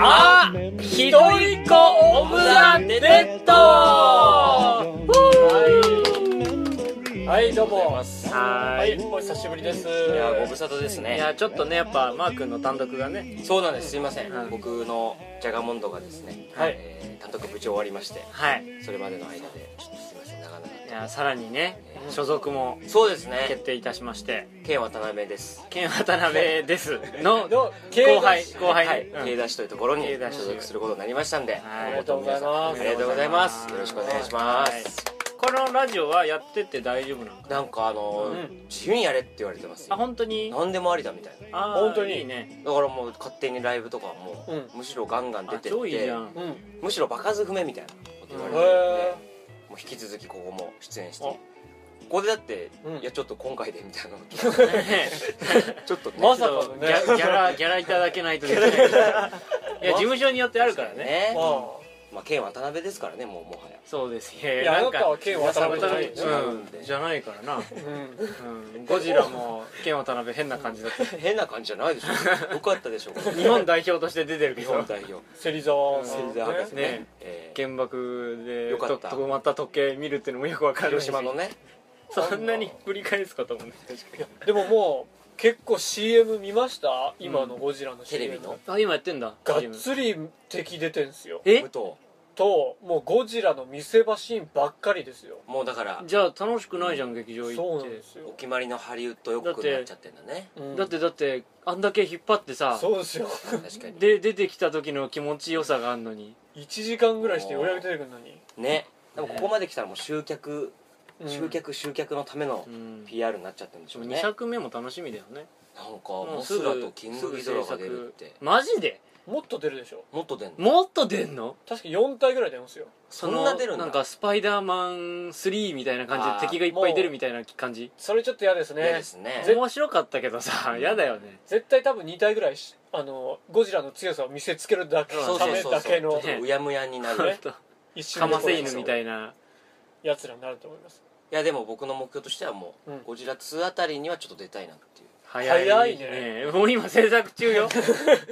Ah, ひどい子オブザネットはいはいどうもははーいい。お久しぶりですいや、ご無沙汰ですいね。やちょっとねやっぱマー君の単独がねそうなんです。すいません。うん僕のジャガモンドがですね、はいえー単独部長終わりまして、はいそれまでの間で、ちょっとすいません、長々と。いやさらにね所属もそうですね決。定いたしましてケン渡辺です。県渡辺ですのの後経輩済後輩はい。うん経出しというところに K ダッシュ所属することになりましたんで、はいおめでとうございます。おあめりでとがとううごござざいいまますす。よろしくお願いします。このラジオはやってて大丈夫なのかななんかあのーう自由にやれって言われてますあ。本当に何でもありだみたいな。あー本当にいい ねだからもう勝手にライブとかもう、うむしろガンガン出あてっ超いいじてゃ、んうんへむしろ場数踏めみたいなこと言われてるんでえ。もう引き続きここも出演してあここでだって、うんいやちょっと今回でみたいなの ちょっとねまちさょかっのとギねャギャラギャラいただけないとできないいや事務所によってあるからねねまあまあ剣渡辺ですからねもうもはや そうですいやいいややあななんたかは剣渡辺じゃないよねうんじゃないからな、うんうん、ゴジラもケン渡辺変な感じだった変な感じじゃないでしょよかったでしょうか日本代表として出てるけ日ど本代表芹沢芹沢博士ねねえー原爆でよかったと止まった時計見るっていうのもよくわかる広島のねそんなに繰り返すこともねでももう結構 CM 見ました今のゴジラの CM テレビのあ今やってんだがっつり敵出てんすよえ武藤ともうゴジラの見せ場シーンばっかりですよもうだからじゃあ楽しくないじゃん劇場そう行っなんてですおよ、決まりのハリウッド予告になっちゃってんだねうんだってだってあんだけ引っ張ってさそうですよ確かにで出てきた時の気持ちよさがあんのに1時間ぐらいしてようやく出てくるのに、ねでもここまで来たらもう集客うん集客集客のためのうん PR になっちゃってるんでしょう2ねなんか作目も楽しみだよねモスラとキングギドラが出るってマジでもっと出るでしょもっと出んのもっと出んの確か4体ぐらい出ますよそんな出るんのだなんかスパイダーマン3みたいな感じで敵がいっぱい出るみたいな感じそれちょっと嫌ですね嫌ですねぜ面白かったけどさうん嫌だよね絶対多分2体ぐらいしあのゴジラの強さを見せつけるだけそうたそうめそうだそうけちょのっとうやむやになるね一瞬かませ犬犬みたいなやつらになると思いますいやでも僕の目標としてはもう、うんゴジラ2あたりにはちょっと出たいなっていう早い早いもう今制作中 よ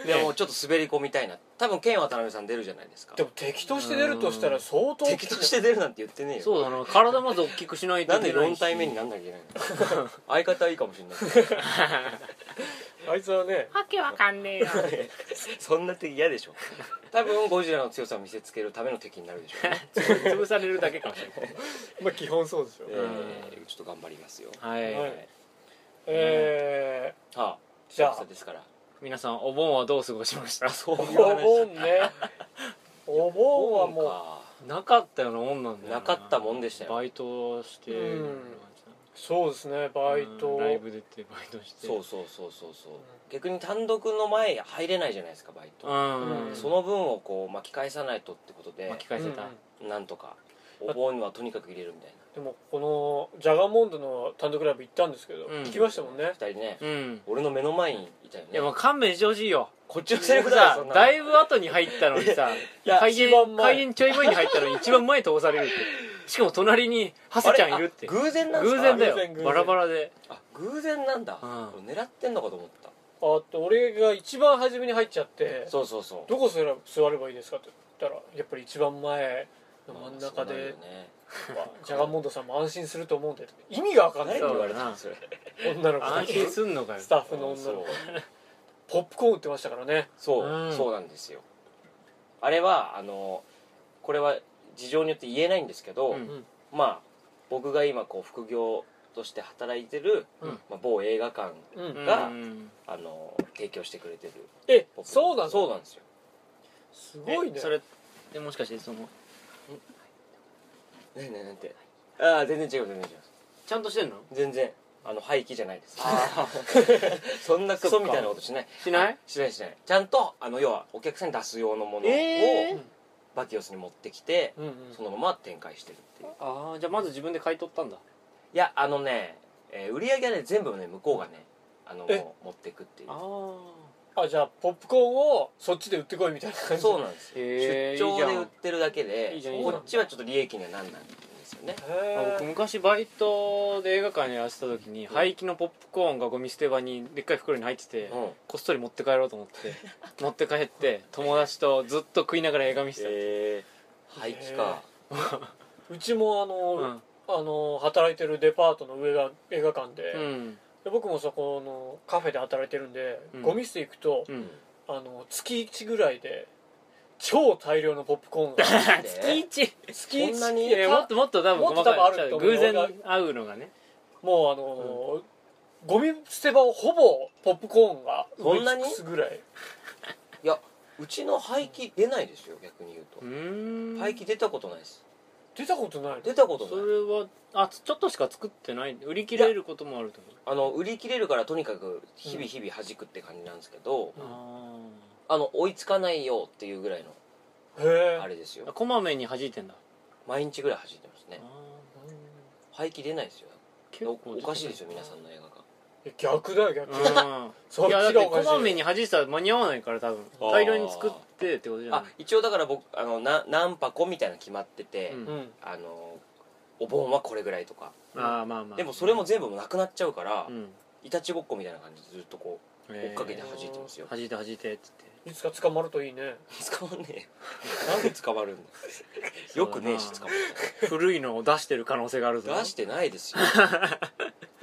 でもちょっと滑り込みたいな多分剣渡辺さん出るじゃないですかでも敵として出るとしたら相当 敵として出るなんて言ってねえよそうだな体まず大きくしないとないんけでないし4体目になんなきゃいけないの相方いいかもしれないあいつはねわけわかんねえよそんな敵嫌でしょ多分ゴジラの強さを見せつけるための敵になるでしょう ね、潰されるだけかもしれないまあ基本そうですよえーちょっと頑張りますよはい、はいえはあじゃあ久々ですから皆さんお盆はどう過ごしましたそうー、お盆ねお盆はもかなかったようなもんなんだよなかったもんでしたよバイトしてうんうそうですねバイうトんライブ出てバイトしてそうそうそうそうそう逆に単独の前入れないじゃないですかバイトうん、うんその分をこう巻き返さないとってことで巻き返せた、うんなんとかお盆はとにかく入れるみたいでもこのジャガモンドの単独ライブ行ったんですけど、うん聞きましたもんねな2人ねうん俺の目の前にいたよいやもねう勘弁してほしいよこっちのセリフだよそさんなのだいぶ後に入ったの にさや開一番演前開演ちょい前に入ったのに一番前通されるってしかも隣にハセちゃんいる ってあれあ偶然なんす偶か然だよ偶然偶然バラバラ であ偶然なんだうん俺狙ってんのかと思っあと俺が一番初めに入っちゃってたそうそうそうどこ座れば座ればいいですかって言ったらやっぱり一番前の真ん中そうなるでよ、ねジャガモンドさんも安心すると思うんで意味が分かんない誰にそう言われたのそれ女の子安心すんのかよスタッフの女の子ポップコーン売ってましたからねそううんそうなんですよあれはあのこれは事情によって言えないんですけど、うんまあ僕が今こう副業として働いてる、うんまあ、某映画館うん、うんがあの提供してくれてるえポップそうなのそうなんですよすごいねえそれえもしかしてそのねえねえなんてああ全然違う全然違うちゃんとしてんの全然あの廃棄じゃないです そんなクソみたいなことしないしないしないしないちゃんとあの要はお客さんに出す用のものを、えーバティオスに持ってきてうんうんそのまま展開してるっていうああじゃあまず自分で買い取ったんだいやあのね、えー売り上げはね全部ね向こうがねあのえ持ってくっていうあああじゃあポップコーンをそっちで売ってこいみたいな感じそうなんですよへー出張いいじでゃん売ってるだけでいいじゃんいいじゃんこっちはちょっと利益にはなんないんですですよね僕へ昔バイトで映画館にやらせた時に廃棄のポップコーンがゴミ捨て場にでっかい袋に入っててうんこっそり持って帰ろうと思って持って帰って友達とずっと食いながら映画見せた、えー、廃棄かーうちもあの、うんあの働いてるデパートの上が映画館で,、うんで僕もそこのカフェで働いてるんで、うんゴミ捨て行くとう、んあの月1ぐらいで超大量のポップコーンが 月月1そんなに1いやもっともっと多分もっと多細か分あるいと思う偶然会うのがねもうあのーゴミ捨て場をほぼポップコーンがそ埋んなめに尽くすぐらいうちの廃棄出ないですよ逆に言ううとーん廃棄出たことないです出たことないの出たことそないれはあちょっとしか作ってない売り切れることもあると思うあの売り切れるからとにかく日々日々弾くって感じなんですけど、やああの追いつかないよっていうぐらいのへあえれですーよこまめに弾いてんだ毎日ぐらい弾いてますねあ廃棄出ないですよー結構おおかしいですよ皆さんの映画が逆だよ逆、うんそっいちやだがっておかこしいまめに弾いてたら間に合わないから多分あー大量に作ってってことじゃないあ一応だから僕あのな何箱みたいなの決まってて、うんうんあのお盆はこれぐらいとか、あーまあまあでもそれも全部もうなくなっちゃうから、うんいたちごっこみたいな感じでずっとこう追っかけて弾えいてますよー、弾いて弾いてっつっていつか捕まるといいね捕まんねえよなんで捕まるんだよくねえし捕ま 古いのを出してる可能性があるぞる出してないですよ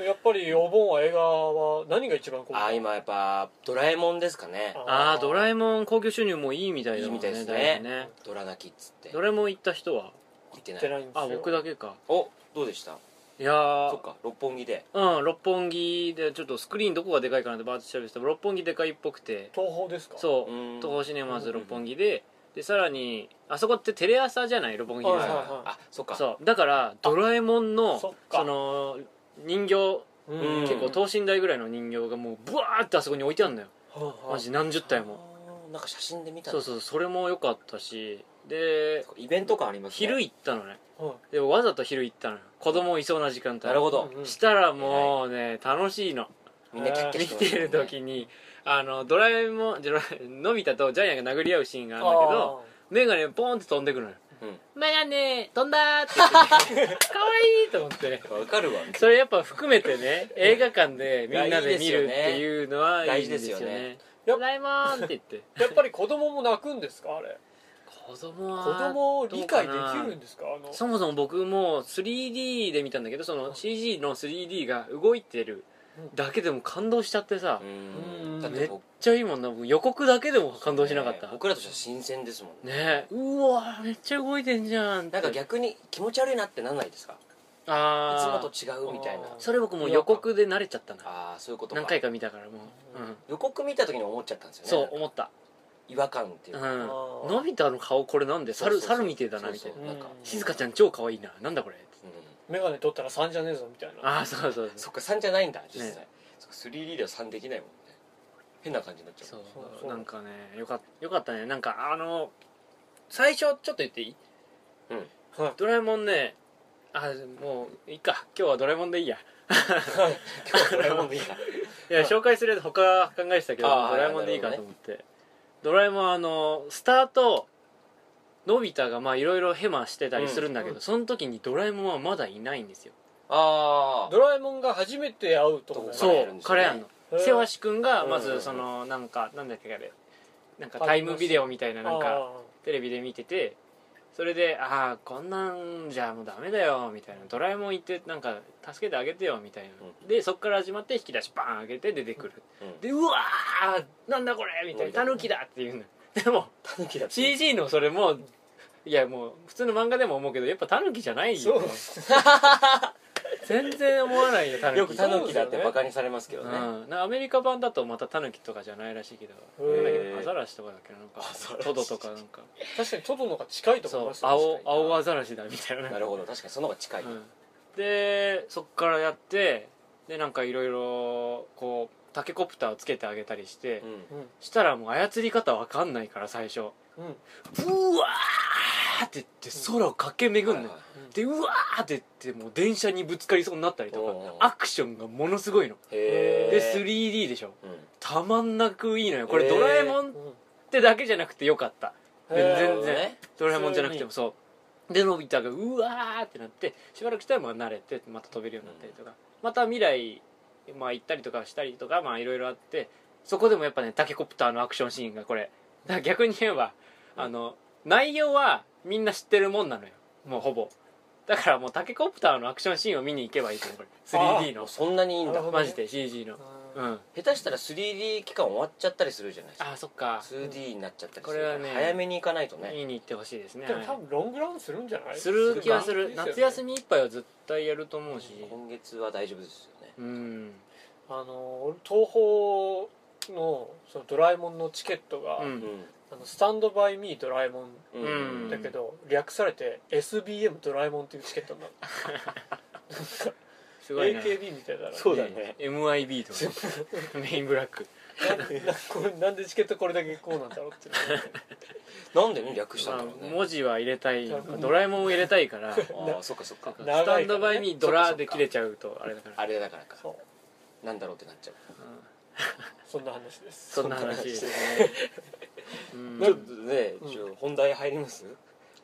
やっぱりお盆は映画は何が一番こうあー今やっぱ「ドラえもん」ですかねああドラえももん興行収入もいいみたいだもんねいいみたいですだねぶね「ドラ泣き」っつってドラえもん行った人は行ってんなっていないんですよあ僕だけかおどうでしたいやーそっか六本木でうん六本木でちょっとスクリーンどこがでかいかなってバーッと調べてたら六本木でかいっぽくて東宝ですかそううん東宝シネマズ六本木ででさらにあそこってテレ朝じゃない六本木ではいはいさはいあそっかそうだからドラえもんのそっそかの人形う、うん結構等身大ぐらいの人形がもうブワーってあそこに置いてあるんだよマジ何十体もあーなんか写真で見たそうそうそれも良かったしでうイベント感ありますね昼行ったのねうんはでもわざと昼行ったのよ子供いそうな時間帯なるほいどうんうんしたらもうね楽しいのみんなキャッキャ見してますてねる時にあのドラえもんじゃのび太とジャイアンが殴り合うシーンがあるんだけど目がねポンって飛んでくるのようん「メガネ飛んだ!」って言ってね、 かわいいと思ってねわかるわそれやっぱ含めてね映画館でみんなで見るっていうのはい大い事でですすよよねね「ドラえもん!」って言ってあーやっぱり子供も泣くんですかあれ子供は子供理解できるんですかあのそもそも僕も 3D で見たんだけどその CG の 3D が動いてるだけでも感動しちゃってさうめっんうだんって僕ちゃいいもんな僕予告だけでも感動しなかったね僕らとしては新鮮ですもんねえうわめっちゃ動いてんじゃんってなんか逆に気持ち悪いなってなんないですかいつあもとあ違うみたいなあーそれ僕もう予告で慣れちゃったなああそういうことか何回か見たからもう、うん予告見た時に思っちゃったんですよねそうなんか思った違和感っていううんかーのび太の顔これなんでそう猿そうそう猿みてえだなみたいそうなそうなんかうん静香ちゃん超可愛いななんだこれうん眼鏡取ったら3じゃねえぞみたいなああそうそうそうそっか3じゃないんだ実ね際そっか 3D では3できないもんね変な感じになっちゃそううそうそうなんかねよかっよかったねなんかあの最初ちょっと言っていいはいドラえもんねあもういいか今日はドラえもんでいいや今日はドラえもんでいいかいや紹介するやつ他考えてたけどあードラえもんでいいかと思って、ドラえもんあのスタートのび太がまあいろいろヘマしてたりするんだけど、うんその時にドラえもんはまだいないんですよああドラえもんが初めて会うとこどそ彼やうるんですよね彼やんのへー瀬橋君がまうんうんうずんそのなんかなんだっけあれなんかタイムビデオみたいななんかテレビで見ててそれで「ああこんなんじゃもうダメだよ」みたいな「ドラえもん行ってなんか助けてあげてよ」みたいな、うでそっから始まって引き出しバーン開けて出てくるうんで「うわーなんだこれ!」みたいな「タヌキだ!」って言うのでもタヌキだって CG のそれもいやもう普通の漫画でも思うけどやっぱタヌキじゃないそよう 全然思わないよタヌキよくタヌキだってバカにされますけどうねん、なんかアメリカ版だとまたタヌキとかじゃないらしいけどへーなんだっけアザラシとかだっけななんかザラシトドとかなんか確かにトドの方が近いと思いそうますよ青青アザラシだみたいななるほど確かにその方が近い、うんでそっからやってでなんかいろいろこうタケコプターをつけてあげたりして、うんうんしたらもう操り方わかんないから最初うんブワーって言って空を駆け巡るのよ、はいはいでうわーって言ってもう電車にぶつかりそうになったりとおうおうかアクションがものすごいのへでえ 3D でしょうんたまんなくいいのよこれへードラえもんうっんてだけじゃなくてよかったへー全然ドラえもんじゃなくてもそうでのび太がうわーってなってしばらくしたらまあ慣れてまた飛べるようになったりとか、また未来、まあ、行ったりとかしたりとかまあいろいろあってそこでもやっぱねタケコプターのアクションシーンがこれだから逆に言えばあの内容はみんな知ってるもんなのよもうほぼだからもうタケコプターのアクションシーンを見に行けばいいと思うこれ 3D のそんなにいいんなだるほどマジで CG のうんあ下手したら 3D 期間終わっちゃったりするじゃないですかあそっか 2D になっちゃったりするからこれはね早めに行かないとね見に行ってほしいですねでもは多分ロングランするんじゃないいする気はするいいですよね夏休みいっぱいは絶対やると思うし今月は大丈夫ですよねうんあの東宝のそのドラえもんのチケットが、ううんあのスタンドバイミードラえもんんうんだけど、略されて SBM ドラえもんっていうチケットになるすごいね AKB みたいだなそうだね MIB とかメインブラックなんなこれなんでチケットこれだけこうなんだろうっていうなんでね略したんだろうまあね文字は入れたいうんドラえもんを入れたいからスああそっかそっか長いからタねンドバイミードラで切れちゃうとあれだからあれだからかそうなんだろうってなっちゃうそんな話ですそんな話ですねうんなるほどねうんちょ本題入ります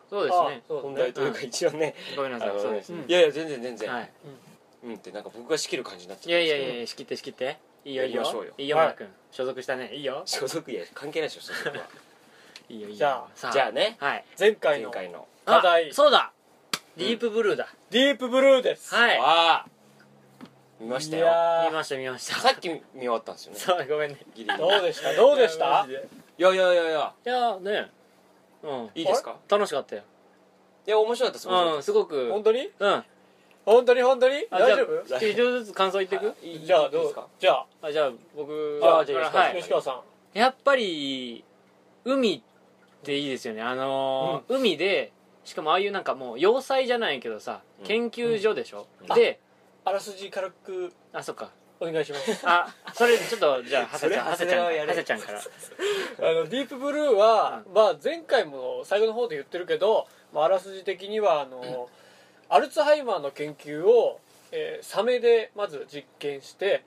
そうですねあそう本題というか一応ねごめんあなさいそうのですねいやいや全然全は然いうんってなんか僕が仕切る感じになっいちゃやういやいやいや仕切って仕切っていいよいいやりましょようよいいよはい村君所属したねいいよ所属いや関係ないでしょ所属はいいよいいよじゃあ さじゃあねはい前回前の回のあ課題そうだうんディープブルーだディープブルーですはいああ見ましたいよやー見ました見ましたさっき見終わったんですよ ねそうごめんねギリギリどうでしたどうでしいやマたジでいやいやいやいやいやーねうんいいですか楽しかったよいや面白かったです面白かうんすごく本当にうんあ本当に本当にじゃあ大丈夫ちょっと一応ずつ感想言ってくったいいじゃあいいどですうかじゃああじゃあ僕あじゃあからは吉川さんい吉川さんやっぱり海っていいですよねあのー海でしかもああいうなんかもう要塞じゃないけどさうん研究所でしょうんであらすじ軽くあそっかお願いしますあそれちょっとじゃあハセちゃんハそセれちゃん長谷川やれハセちゃんからあのディープブルーは、まあ、前回も最後の方で言ってるけど、まあ、あらすじ的にはあの、アルツハイマーの研究を、えーサメでまず実験して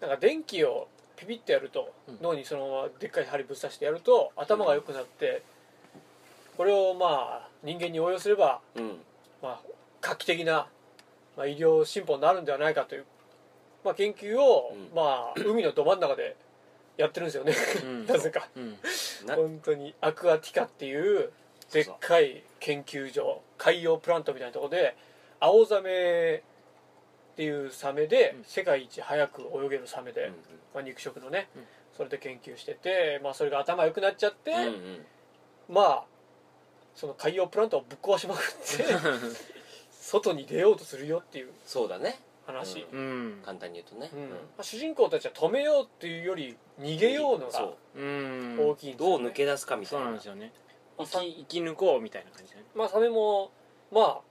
なんか電気をピピってやると、うん脳にそのままでっかい針ぶっ刺してやると頭が良くなって、これをまあ人間に応用すれば、うんまあ、画期的な、まあ、医療進歩になるんではないかという、まあ、研究を、うんまあ、海のど真ん中でやってるんですよね、う んなぜか。 うんな本当にアクアティカっていうでっかい研究所海洋プラントみたいなところでアオザメっていうサメでうん世界一早く泳げるサメで、まあ、肉食のね、うんそれで研究してて、まあ、それが頭良くなっちゃって、うんうんまあその海洋プラントをぶっ壊しまくって外に出ようとするよっていうそうだね話、うんうん簡単に言うとねうんうんまあ、主人公たちは止めようっていうより逃げようのがそうん大きいんうですどようね抜け出すかみたそいうななんですよねまあ生き生き抜こうみたいな感じだねまあサメも、まあ、ま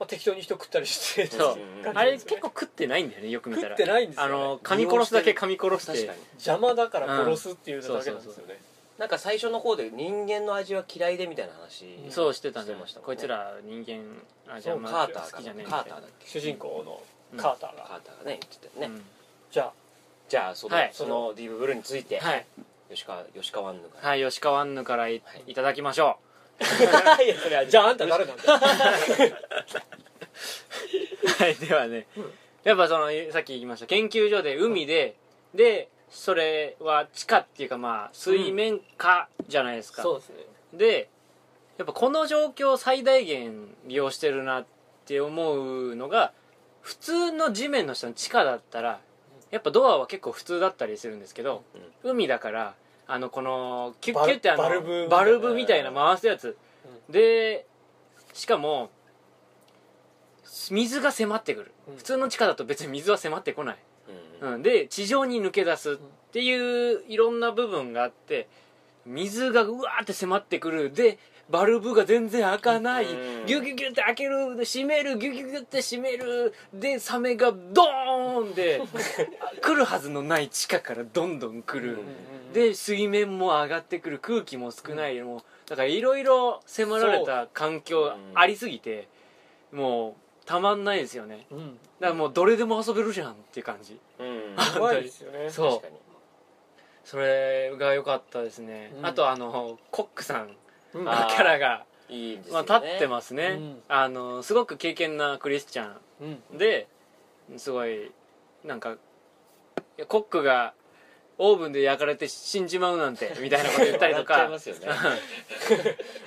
あ適当に人食ったりして そううん感じあれです結よね構食ってないんだよねよく見た食らってないんですよ、あね、の噛み殺すだけ噛み殺し確かてに邪魔だから殺すっていうのだけなんですよね、なんか最初の方で人間の味は嫌いでみたいな話うんそうしてたんしてでましたもんねこいつら人間あじゃあそうまカあーター好かきじゃねえなみたカーいタなーだっけ主人公のうんカーターカが、ーターがね言ってたよねじゃあじゃあそのはいそのディーブブルーについてうんはい吉川吉川アンヌがはい吉川アンヌからいはいいただきましょいやそれはじゃああんた誰なんだうはいではねやっぱそのさっき言いました研究所で海ででそれは地下っていうかまあ水面下じゃないですかそうですねでやっぱこの状況を最大限利用してるなって思うのが普通の地面の下の地下だったらやっぱドアは結構普通だったりするんですけど、海だからあのこのキュッキュッてあのバルブみたいなバルブみたいな回すやつ、でしかも水が迫ってくる、うん普通の地下だと別に水は迫ってこない、うんうん、で地上に抜け出すっていういろんな部分があって水がうわーって迫ってくるでバルブが全然開かない、うんギュギュギュって開けるで閉めるギュギュギュって閉めるでサメがドーン で来るはずのない地下からどんどん来る、うんで水面も上がってくる空気も少ない、もうだからいろいろ迫られた環境がありすぎて、もうたまんないですよねうんうんだからもうどれでも遊べるじゃんっていう感じうんうまいですよねそう確かにそれが良かったですね、うんあとあのコックさんうんのキャラがいいですまあよね、立ってますね、うんあのすごく経験なクリスチャうんンですごいなんかいやコックがオーブンで焼かれて死んじまうなんてみたいなこと言ったりと笑っちゃいかますよね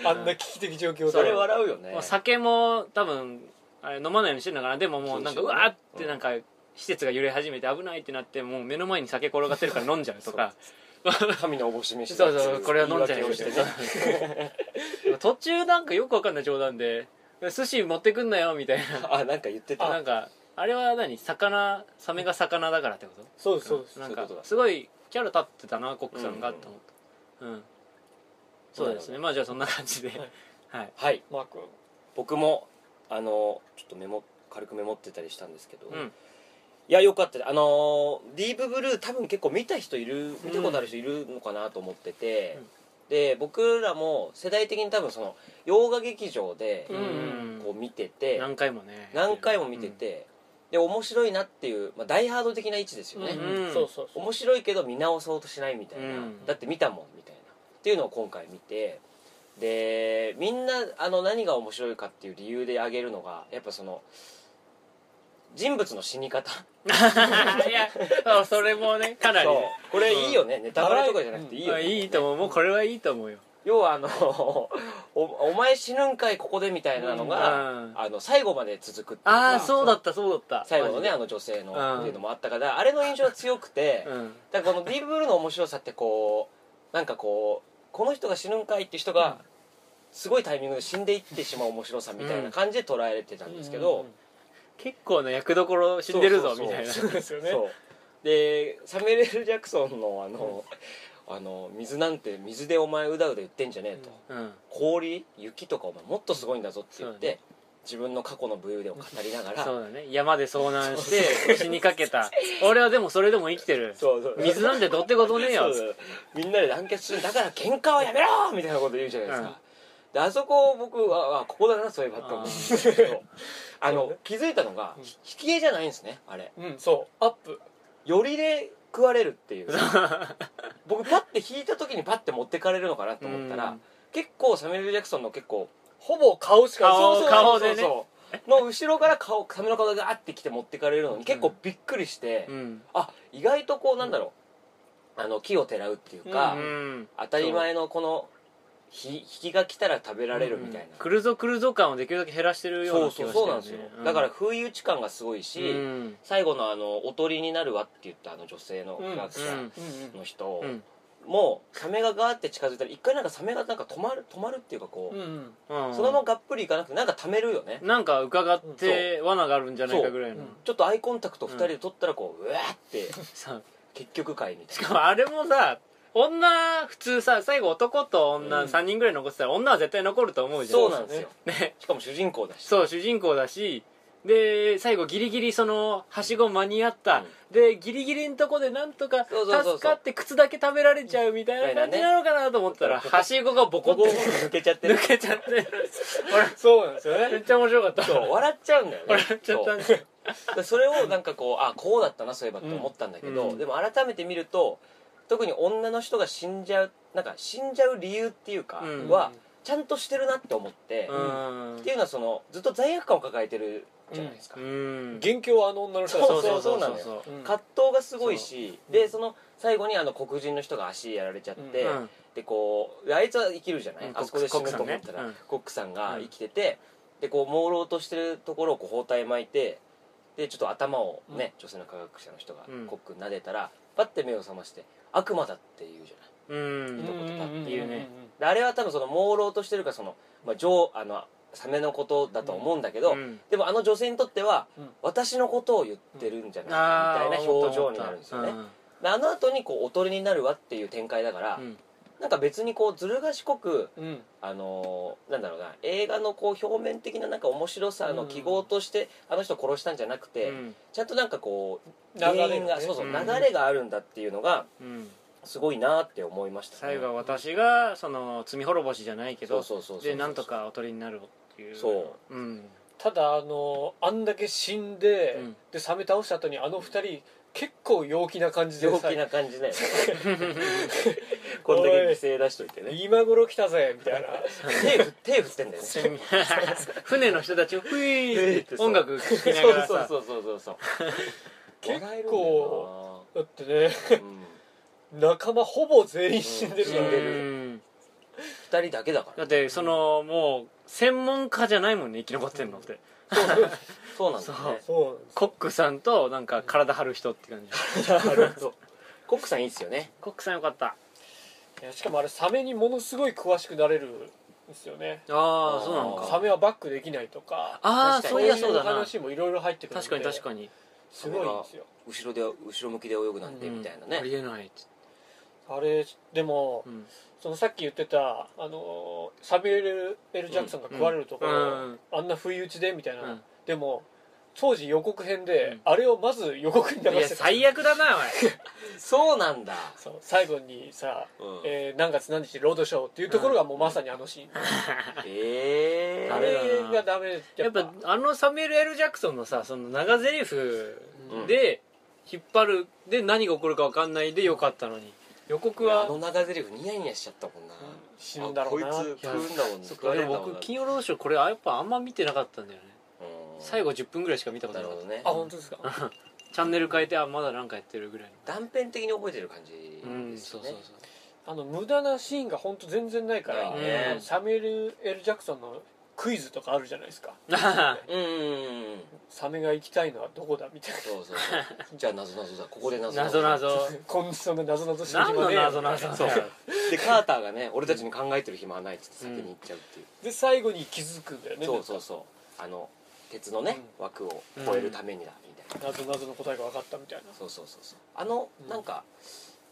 あんな危機的状況それで笑うよねもう酒も多分あれ飲まないようにしてるのかなでももうなんかそううでしょうねわーってなんか施設が揺れ始めて危ないってなってもう目の前に酒転がってるから飲んじゃうとか神のおぼし飯そうそうこれは飲んじゃいまましね途中なんかよくわかんない冗談で寿司持ってくんなよみたいな あなんか言ってたなんかあれは何魚サメが魚だからってことそうですそうですなんそういうかことだすごいキャラ立ってたなコックさんがうんと思ったうんそうですねまあじゃあそんな感じではいはいはいマー君僕もあのちょっとメモ軽くメモってたりしたんですけど、うんいやよかったあのーディープブルー多分結構見た人いる見たことある人いるのかなと思ってて、うんで僕らも世代的に多分その洋画劇場でうんこう見てて、何回もね何回も見てて、で面白いなっていう、まあ、ダイハード的な位置ですよね、んうんそうそうそう面白いけど見直そうとしないみたいな、うんだって見たもんみたいなっていうのを今回見てでみんなあの何が面白いかっていう理由で挙げるのがやっぱその人物の死に方 いやそうそれもねかなりそうねこれいいよね、ネタバレとかじゃなくていいよ、まあねいいと思うもうこれはいいと思うよ要はあの おお前死ぬんかいここで」みたいなのが、ああの最後まで続くっていうかあーそうだったそうだった最後のねあマの女性うんのっていうのもあったからあれの印象が強くて、ジでうんだからこのディープブルーの面白さってこうなんかこうこの人が死ぬんかいって人がすごいタイミングで死んでいってしまう面白さみたいな感じで捉えてたんですけど、結構な役どころ死んでるぞみたいなそうですよねそうでサミュエル・ L ジャクソンのあのあの水なんて水でお前うだうだ言ってんじゃねえと、う ん氷雪とかお前もっとすごいんだぞって言そっうだて、自分の過去の武勇伝を語りながらそうだね山で遭難して死にかけた俺はでもそれでも生きてるそうそう水なんてどってことねえよそうみんなで団結するだから喧嘩はやめろみたいなこと言うじゃないですか、うんであそこを僕はあここだなそういえばと思うんですけどあの、気づいたのが、うんひ引き絵じゃないんですねあれうんそうアップよりで食われるっていう僕パッて引いた時にパッて持ってかれるのかなと思ったら、うん結構サミュエル・ジャクソンの結構ほぼ顔しか顔そうそう顔でねそうの後ろから顔サメの顔がガーってきて持ってかれるのに結構びっくりして、 うんあ意外とこうなんだろう、あの木をてらうっていうか、うんうん当たり前のこのひ引きが来たら食べられるみたいな、来るぞ来るぞ感をできるだけ減らしてるようそなう気そがうしてそうるねなんですよ、うんだから不意打ち感がすごいし、うん最後のあのおとりになるわって言ったあの女性のうん科学者うんうんの人、うんもうサメがガーって近づいたら一回なんかサメがなんか止まる止まるっていうかこう、うんうんそのままがっぷりいかなくてなんか溜めるよね、なんか伺って罠があるんじゃないかぐらいのそううんちょっとアイコンタクト2人で取ったらこう、うわーってさ結局かいみたいしかもあれもさ女普通さ最後男とう女ん3人ぐらい残ってたら女は絶対残ると思うなじゃんそうなんですよねしかも主人公だしそう主人公だしで最後ギリギリそのはしご間に合った、でギリギリのとこでなんとかそうそうそうそう助かって靴だけ食べられちゃうみたいな感じなのかなと思ったら、うんはしごがボコこッとこ抜けちゃってる抜けちゃってそうなんですよ俺 めねっちゃ面白かったそう笑っちゃうんだよね笑っちゃっそたうんですでそれをなんかこうあこうだったなそういえばって思ったんだけど、うんでも改めて見ると特に女の人が死んじゃうなんか死んじゃう理由っていうかうんはちゃんとしてるなって思って、うっんていうのはそのずっと罪悪感を抱えてるじゃないですか、うん元凶はあの女の人だそうそうそうなのよそううん葛藤がすごいし、そううでんその最後にあの黒人の人が足やられちゃって、ううんでこうであいつは生きるじゃない、うんあそこで死ぬとコ思ッっクさたんねら、うんコックさんが生きてて、でこう朦朧としてるところをこう包帯巻いてでちょっと頭をね、女性の科学者の人がうんコックに撫でたら、パッて目を覚まして「悪魔だ」って言うじゃないうんうんうんうんっていうねであれは多分その朦朧としてるからその、まあ、情あのサメのことだと思うんだけど、うんでもあの女性にとっては、うん私のことを言ってるんじゃないあーかみたいな表情になるんですよね、であの後にこうおとりになるわっていう展開だから、うんなんか別にこうずる賢くうんうんあのーなんだろうな映画のこう表面的ななんか面白さの記号として、あの人殺したんじゃなくて、うんちゃんとなんかこう流れがね原因がそうそうう流んれがあるんだっていうのがうんすごいなって思いました、最後は私がその罪滅ぼしじゃないけそうどそうそうそうでなんとかおとりになるっていう、そううん、 ただあのあんだけ死んで、うんでサメ倒した後にあの二人結構陽気な感じで陽さ気な感じだよ ねこんだけ犠牲出しといてね今頃来たぜみたいな手振手振ってんだよね船船の人たちをふいーって音楽聴きながらそさうそうそうそうそう結構笑えるんだよだってねなうん仲間ほぼ全員死んでるから死んでるうん二人だけだかだ らってそのもう専門家じゃないもんね生き残ってんのってそうなんだよそねうなんですコックさんとなんか体張る人って感じそうコックさんいいっすよねコックさんよかったいやしかもあれサメにものすごい詳しくなれるんですよねあああーそうなのサかメはバックできないとかああ確そかうにいやそうだな話もいろいろ入ってくるんで確かに確かにすごいんですよ後ろで後ろ向きで泳ぐなんてみたいなうんあねりえないっつってあれでも、うんそのさっき言ってたあのーサミュエル・ L ・ジャクソンが食われるところ、うんあんな不意打ちでみたいな、うんでも当時予告編で、うんあれをまず予告に流いやしてた最悪だなそうなんだそう最後にさ、うんえー何月何日ロードショーっていうところがもうまさにあのシーン、ええあダメだれながダメおいやっぱあのサミュエル・ L ・ジャクソンのさその長ゼリフで引っ張るで何が起こるか分かんないでよかったのに予告あはの長ゼリフニヤニヤしちゃったもんな死ぬんだろうなあこいつ食うんだもんそっ食かわれでるんだももん僕な金曜ロードショーこれやっぱあんま見てなかったんだよねうん最後10分ぐらいしか見たことななるかほっどたねあ本当ですかチャンネル変えてあまだなんかやってるぐらい断片的に覚えてる感じのうんですそようねそうあの無駄なシーンが本当全然ないから、ないねうんサミュエル・ L ・ジャクソンのクイズとかあるじゃないですかそううんうんうんサメが行きたいのはどこだみたいなそうそ うそうじゃあ謎謎だここで謎謎 謎こんそんな謎々し何の謎な謎 だよでカーターがね俺たちに考えてる暇はないっつって先に行っちゃうっていう、で最後に気づくんだよねそうそうそうあの鉄のね、枠を超えるためにだみたいな、謎謎の答えが分かったみたいなそうそうそうそうあの、うんなんか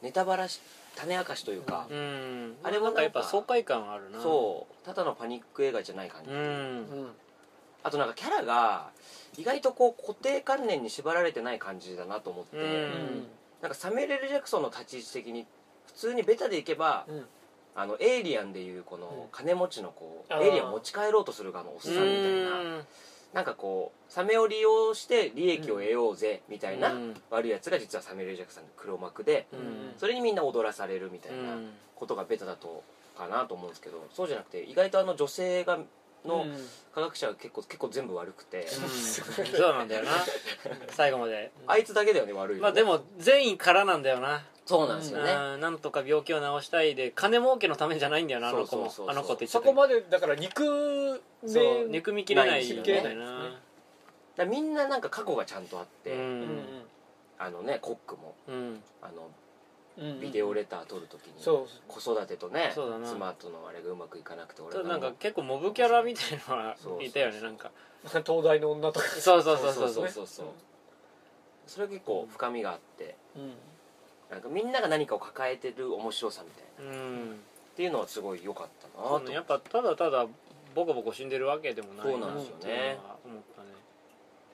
ネタバラし種明かしというか、うんああれれははななんんかかやっぱ爽快感あるなそうただのパニック映画じゃない感じ、うんあとなんかキャラが意外とこう固定観念に縛られてない感じだなと思って、うんなんかサメレル・ジャクソンの立ち位置的に普通にベタでいけば、うんあのエイリアンでいうこうのん金持ちのこう、あーエイリアン持ち帰ろうとする側のおっさうんみたいな、んなんかこうサメを利用して利益を得ようぜみたいな、うん悪いやつが実はサメレル・ジャクソンの黒幕で、うんそれにみんな踊らされるみたいなうんことがベタだとかなと思うんですけどそうじゃなくて意外とあの女性がのうん科学者が結構結構全部悪くて、そうなんだよな最後まであいつだけだよね悪いのねまあでも善意からなんだよなそうなんですよね、うんなんとか病気を治したいで金儲けのためじゃないんだよなあの子もそうそうそうそうあの子って言っちゃそったこけどまでだから肉そでう憎みきれないよないねしねなだからみんななんか過去がちゃんとあって、ううんんあのねコックもうんあのうんビデオレター撮るときに、そう 子育てとねそうだな妻とのあれがうまくいかなくて俺たがだなんもかう結構モブキャラみたいなのがそうそうそういたよねなんか東大の女とかそうそうそうそうそそううそうそうそれは結構深みがあってうんなんかみんなが何かを抱えてる面白さみたいなうんっていうのはすごい良かったなそとうねやっぱただただボコボコ死んでるわけでもないそうなんですよねっていうのは思ったね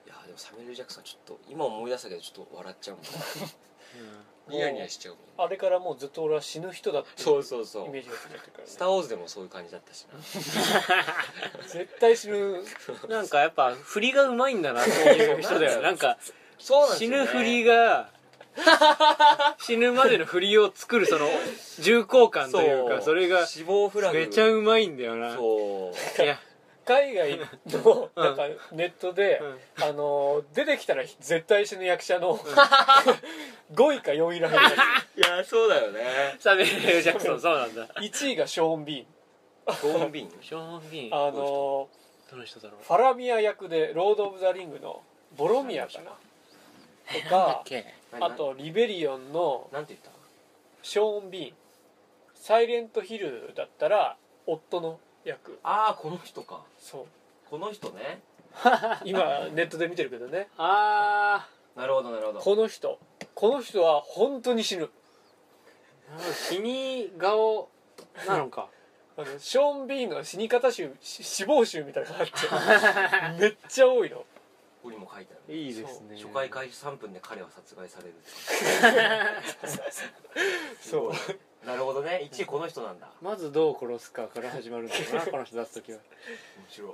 いやでもサメル・ジャクソンちょっと今思い出したけどちょっと笑っちゃうもんうん ニヤニヤしちゃうもんあれからもうずっと俺は死ぬ人だっていそうそうそうイメージがついてるから「ねスター・ウォーズ」でもそういう感じだったしな絶対死ぬうんなんかやっぱ振りがうまいんだなっていう人 だよなんかそうなんです死よ、ね、ぬ振りが死ぬまでの振りを作るその重厚感というかそれが死亡フラグめちゃうまいんだよなそういや海外のなんかネットで、あの出てきたら絶対死ぬ役者 の5位か4位らへんいやそうだよねサメル・ L ジャクソ ンそうなんだ1位がショーン・ビゴンビ ンショーン・ビーンンあのどの人だろうファラミア役で「ロード・オブ・ザ・リング」のボロミアかなとだかっけあとリベリオンのなんて言っショーン・ビーンサイレント・ヒルだったら夫の役たああこの人かそうこの人ね今ネットで見てるけどねあなるほどなるほどこの人この人は本当に死ぬーなんか死に顔なのかあのショーン・ビーンの死に方集し死亡集みたいなのが あってめっちゃ多いのここにも書いてあるいいですね初回開始3分で彼は殺害される そうなるほどね1位この人なんだまずどう殺すかから始まるんだろうなこの人出す時は面白い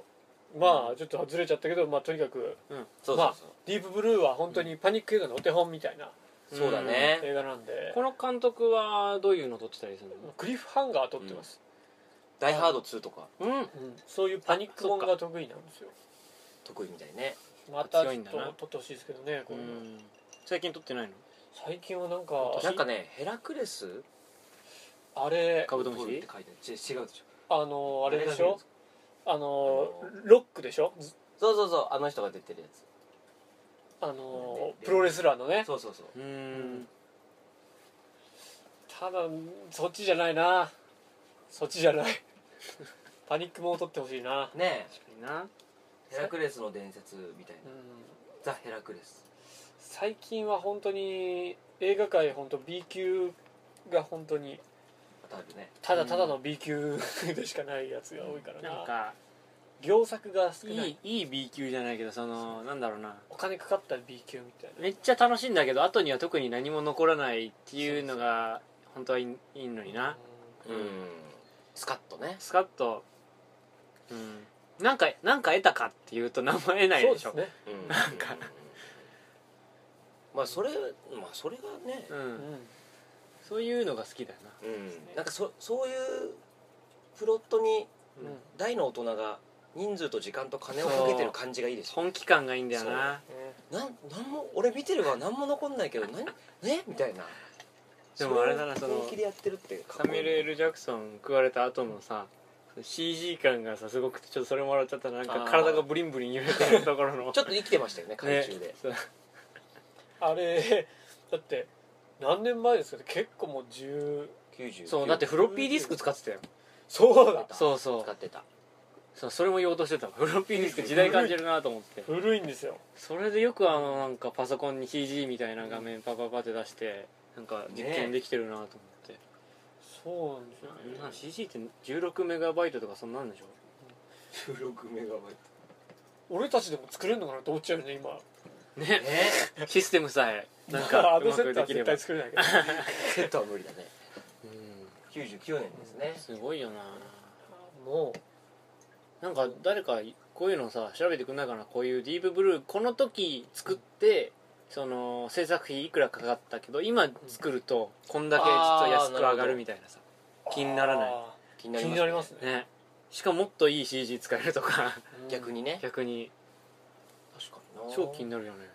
まあちょっと外れちゃったけど、まあ、とにかくそうそうそう、まあディープブルーは本当にパニック映画のお手本みたいなそうだね映画なんでこの監督はどういうの撮ってたりするクリフハンガー撮ってます、 「ダイ・ハード2」とかのうんうんそういうパニックもんが得意なんですよ得意みたいねまたちょ強っいんとだな撮ってほしいですけどねこうれもん最近撮ってないの最近はなんかなんかね「ヘラクレス」あれカブトム撮るっシて書いてあるち違うでしょあのあれでしょあのあのロックでしょずそうそうそうあの人が出てるやつあのねプロレスラーのねそうそうそううーんただそっちじゃないなそっちじゃない パニックもんを撮ってほしいなね確かになえヘラクレスの伝説みたいなうん「ザ・ヘラクレス最近は本当に映画界本当 B 級が本当に」当たるねただただの B 級でしかないやつが多いからなんなか行作が少ないいいいい B 級じゃないけどそのなんだろうなお金かかった B 級みたいなめっちゃ楽しいんだけど後には特に何も残らないっていうのが本当はいいいいのになうんスカッとねスカッとうんなんかなんか得たかっていうと何も得なそういででしょすねうんなんかまあそれまあそれがねううんんそういうのが好きだよなうんなんかそそういうプロットにうんうん大の大人が人数と時間と金をかけてる感じがいいですよ本気感がいいんだよななんなんも俺見てるわ何も残んないけど何ねみたいなでもあれだなそそれをの本気でやってるってかサっこいミュいエル・ジャクソン食われた後のさ CG 感がさすごくてちょっとそれもらっちゃったなんかあー体がブリンブリン揺れてるところのちょっと生きてましたよねね海中で、そうあれ だって何年前ですけど結構もう10 99そうだってフロッピーディスク使ってたよそうだそうそう使ってたそうそれも言おうと してたフロッピーディスク時代感じるなと思って古いんですよそれでよくあのなんかパソコンに CG みたいな画面パパパって出してなんか実験できてるなと思って、そうなんですよねあんな CG って16メガバイトとかそんなんでしょ16メガバイ俺たちでも作れるのかなと思っちゃうよね今ねトねシステムさえなんまあかアうドまセくットではきれ絶ば、う対作れない けどセットは無理だん、ね99年ですねすごいよなもなんか誰かこういうのさ調べてくんないかなこういうディープブルーこの時作ってその制作費いくらかかったけど今作るとこんだけ実は安く上がるみたいなさう気にならないあ気にー気になりますすねねしかももっといい CG 使えるとか 逆ににね逆に確かにな超気になるよね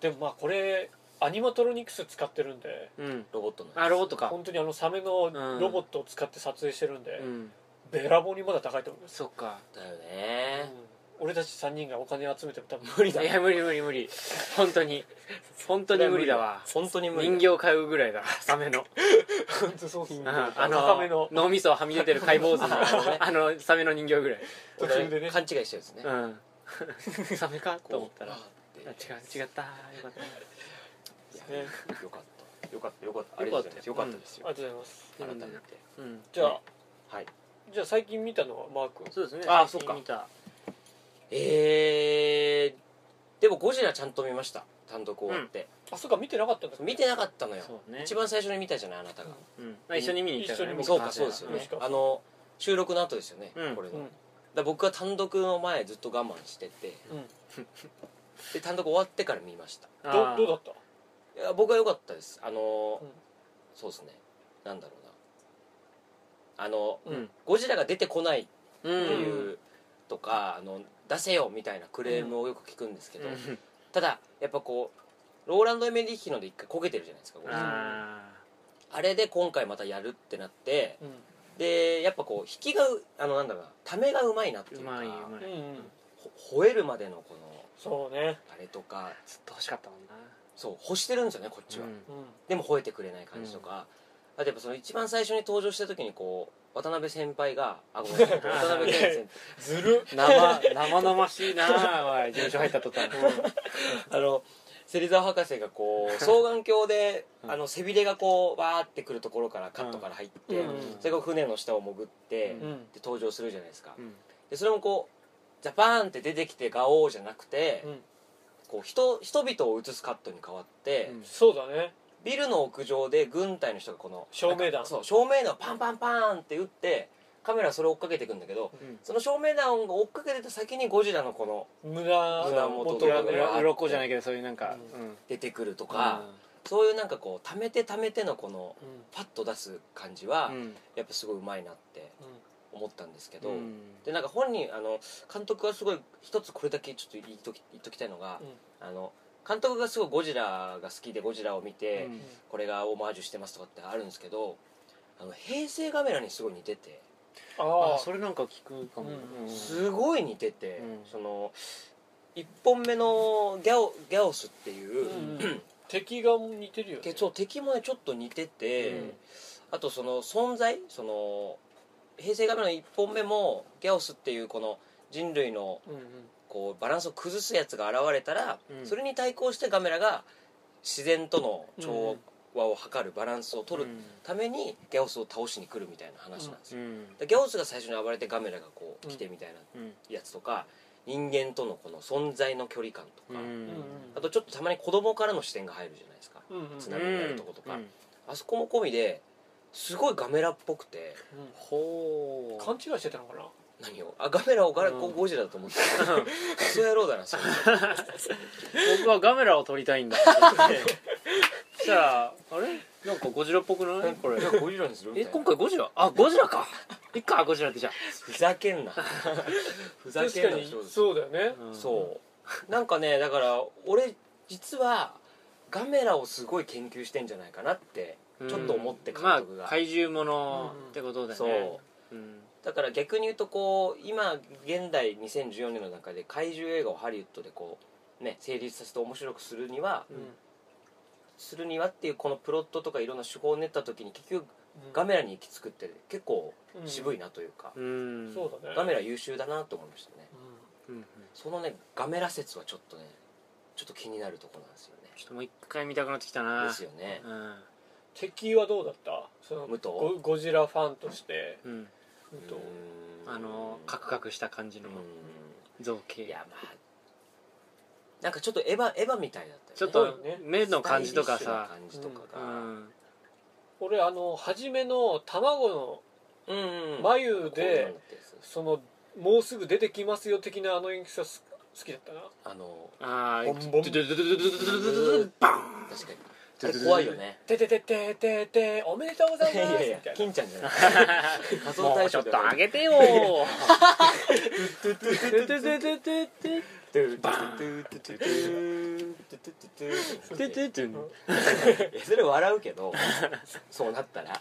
でもまあこれアニマトロニクス使ってるんでうんロボットのやつあロボットか本当にあのサメのロボットを使って撮影してるんで、うんべらぼうにまだ高いと思います、そっかだようんね俺たち3人がお金集めても多分無理いや無理無理無理本当に本当に無理だわ本当に無理人形買うぐらいだわサメの本当そうっすうねんああののの脳みそはみ出てる解剖図のあのサメの人形ぐらい途中でね勘違いしてるんですねうんサメかと思ったらああーって違う違ったよかったいやねよかったよかったよかったありがとうございますよよかかっったたですありがとようございますう改んめてうんじゃあ、ねはいじゃあ最近見たのはマー君そうですねあ最近そっか見たえーでもゴジラちゃんと見ました単独終わってあそうか見てなかったんです見てなかったのよそうね一番最初に見たじゃないあなたがうんまあ一緒に見に行ったから一緒にね見僕そうとかそうですよねうんあの収録の後ですよねうんこれうのんだから僕は単独の前ずっと我慢しててうん で単独終わってから見ましたあーどどうだっいや僕は良かったですあのうんそうですねなんだろうなあのたうんゴジラが出てこないっうてんいうとかあの出せよみたいなクレームをよく聞くんですけどうんただやっぱこうローランド・エメリッヒので一回こけてるじゃないですかこれああれで今回またやるってなってうんでやっぱこう引きがうあのなんだろうなためがうまいなってーいううかまいうまういんうんほ吠えるまでのこのそうねあれとかずっと欲しかったもんなそう欲してるんですよねこっちは、うんうんでも吠えてくれない感じとか、あとやっぱその一番最初に登場した時にこう渡辺先輩があごめ んなさい渡辺謙先輩ずる生生々しいなあおい事務所入った途 端あの芹沢博士がこ う双眼鏡でうんあの背びれがこうバーってくるところからカットから入って、うんそれが船の下を潜って、うんでうん登場するじゃないですか、うんでそれもこうジャパーンって出てきてガオーじゃなくて、うんこう人人々を映すカットに変わって、うんそうだねビルの屋上で軍隊の人がこの照明弾なんかそう照明弾をパンパンパンって打ってカメラそれを追っかけていくんだけどうんその照明弾を追っかけてた先にゴジラのこの無駄無駄元元が裏がね裏鱗じゃないけどそういうなんかううん出てくるとか、あそういうなんかこう溜めて溜めてのこのうんパッと出す感じは、うんやっぱすごいうまいなって思ったんですけど、うんでなんか本人あの監督はすごい一つこれだけちょっと言っとき言っときたいのが、あの監督がすごいゴジラが好きでゴジラを見て、うんこれがオマージュしてますとかってあるんですけどあの平成カメラにすごい似ててあああそれなんか聞くかも、うんうんすごい似てて、うんその1本目のギャオギャオスっていうう、ん敵が似てるよねそう敵もねちょっと似てて、うんあとその存在その平成カメラの1本目もギャオスっていうこの人類のうんうんこうバランスを崩すやつが現れたら、うんそれに対抗してガメラが自然との調和を図るバランスを取るためにギャオスを倒しに来るみたいな話なんですうよ、んでギャオスが最初に暴れてガメラがこううん来てみたいなうんやつとか、人間とのこの存在の距離感とうんか、うんあとちょっとたまに子供からの視点が入るじゃないですかうんうんつなぎになるとことかあそこも込みですごいガメラっぽくてうんほ勘違いしてたのかな何をあガメラをガラ、うんゴジラだ と思ってたクソ野郎だなそれ僕はガメラを撮りたいん だって言ってそしたらあれなんかゴジラっぽくないこれじゃあゴジラにするみたえいな今回ゴジラあゴジラかいっかゴジラってじゃふざけんなふざ確けかんなにそうだよねあ、んそうなんかねだから俺実はガメラをすごい研究してんじゃないかなってうんちょっと思って監督がまあ、怪獣ものってことだよそうねうんだから逆に言うとこう今現代2014年の中で怪獣映画をハリウッドでこうね成立させて面白くするにはううんんするにはっていうこのプロットとかいろんな手法を練った時に結局ガメラに行き着くって結構渋いなというか、うんうんそうだねガメラ優秀だなと思いましたねうんうんそのねガメラ説はちょっとねちょっと気になるところなんですよねちょっともう一回見たくなってきたなですよねうん敵はどうだったその武藤ゴゴジラファンとしてうん武う藤ーんあのカクカクした感じのう造んい形やまあなんかちょっとエヴァエヴァみたいだったよねちょっそうとよね目の感じとかスタイリッシさュな感じとかうがん俺あの初めの卵うんうのん眉こうでな、ってやつそのもうすぐ出てきますよ的なあの演出はす好きだったなあのああボンボンドゥドゥドゥドゥドゥドゥドゥドゥバン確 かにあれ怖いよね「てててててておめでとうございいやます」いみやたいな金ちゃんじ ゃない仮想もう大ちょ賞っとではな上いげてよトゥトゥトゥトゥトゥトゥトゥトゥトゥトゥトゥトゥトゥトゥトゥてていやそれ笑うけどそうなったら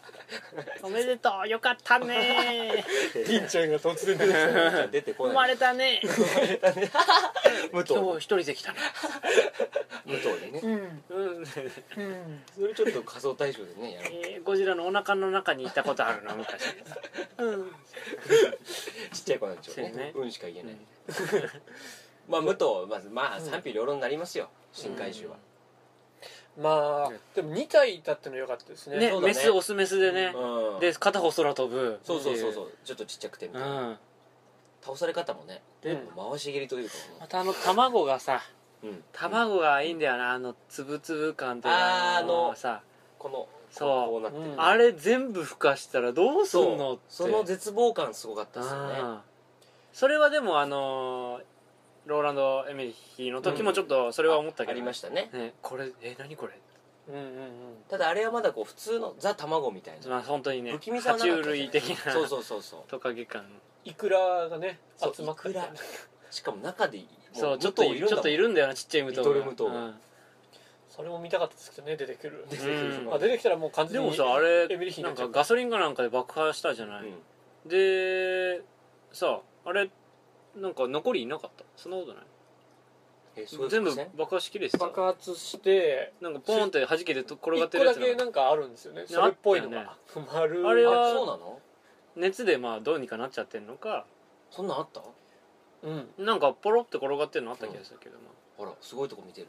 おめでとうよかったね金ちゃんが突然出てきた出てこ生なまいれたね 武藤今日一人で来たな武藤でねうんうんうんそれちょっと仮想大賞でねやろうえーゴジラのお腹の中にいたことあるな昔うんちっちゃい子なんでしょうそうねねうんしか言えないまあ武藤まずまあ賛否両論になりますよ新怪獣はまあでも2体いたっての良かったですねねそうだメねスオスメスでねうんで片方空飛ぶそうそうそうそううちょっとちっちゃくてみうたいなん倒され方もねでうん回し蹴りというかまたあの卵がさうん卵がいいんだよなあのつぶつぶ感というあーあのさこのそうこうなってうんるあれ全部孵化したらどうすんのっそうてその絶望感すごかったですよねあーそれはでもあのーローランド・エメリヒの時もちょっとそれは思ったけど、ありましたねたねこれえ何これうんうんただあれはまだこう普通のザ卵みたいまなあ本当にね不気味爬さはなか虫ったじゃ類ん的なそうそうそうそうトカゲ感いくらがねそう集まったいくらしかも中でそうちょっといるちょっといるるんだよなちっちゃい無糖リトル無糖がそれも見たかったですけどね出てくる出てくるまあ出てきたらもう完で全にもさあエミリれヒにななんっちゃかうガソリンかなんかで爆破したじゃない、でさあれなんか残りいなかったそんなことない全部爆破しきれてた爆発してなんかポーンって弾けてと転がっ一て個るだやつけななんかんかあるんですよねそれっぽいのあが丸ああれれはそうなの熱でまあどうにかなっちゃってんのかそんなんあったうんなんかポロって転がってるのあった気がするけど、まほらすごいとこ見てる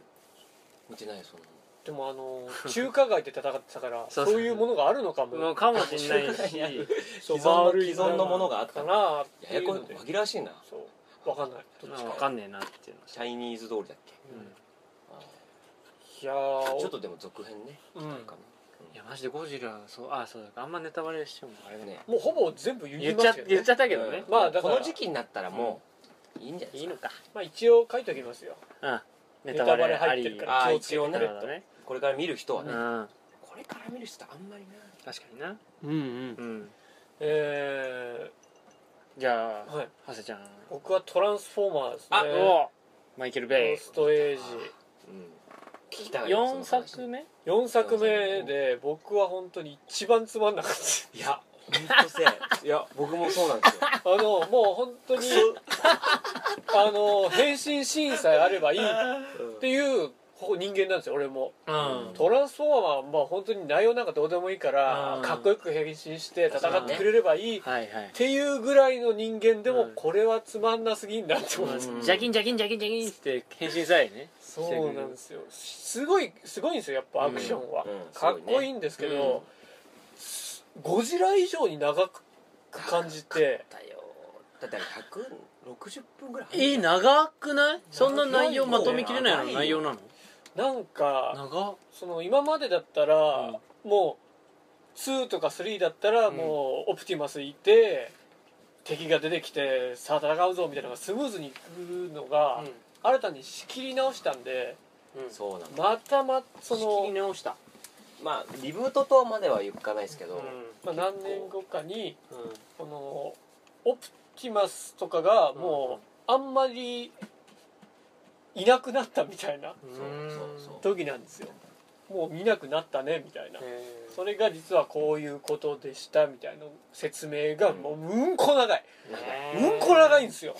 見てないよそんなのでもあ の中華街で戦ってたからそそううそういうものがあるのかもあもうかもしんないしそう既存の丸い既存のものがあっかたなってややいうこいので紛らわしいなそうわかんないどっまちあかわかんねえなっていうのチャイニーズ通りだっけうんあいやーーちょっとでも続編ねうんなんかねいやマジでゴジラそうあそうだあんまネタバレしてもあれだねねもうほぼ全部言言いっまちゃすよ言っねちゃったけどねうんまあだからこの時期になったらもういいんじゃないいでいすのかかまあ一応書いておきますようんネネタタババレレあ入っりてるかあらー気をつけて一応なくるれほどねこれから見る人はうね、んこれから見る人ってあんまりな確かになうんうんうんえじゃー、あはいハセちゃん僕は「トランスフォーマー」ですねあおマイケル・ロベイーストエイジうん聞きたがり4その話作目4作目で僕は本当に一番つまんなかっいや本当せえいや僕もそうなんですよたあのもう本当にあの変身審査あればいいっていう人間なんですよ俺もうんトランスフォーマーはまあ本当に内容なんかどうでもいいからうんかっこよく変身して戦ってくれればいいっはいはいていうぐらいの人間でうもんこれはつまんなすぎんなって思いますうんジャキンジャキンジャキンジャキンって変身さえねそうなんですよすごいすごいんですよやっぱアクションはうんうんかっこいいんですけどゴジラ以上に長く感じてだよだってあれ160分ぐらい入るえ長くないそんな内容長いまよとめきれないの長内いよ容なのなんか長っその今までだったらもう2とか3だったらもうオプティマスいて敵が出てきてさあ戦うぞみたいなのがスムーズにいくのが新たに仕切り直したんでうんそうなんだまたまそ仕切りの、直したまあリブートとまではいかないですけど、まあ、何年後かにうんこのオプティマスとかがもうあんまりいなくなったみたいなそうそうそう時なんですよもう見なくなったねみたいなへーそれが実はこういうことでしたみたいな説明がもううんこ長いうんこ長いんですよ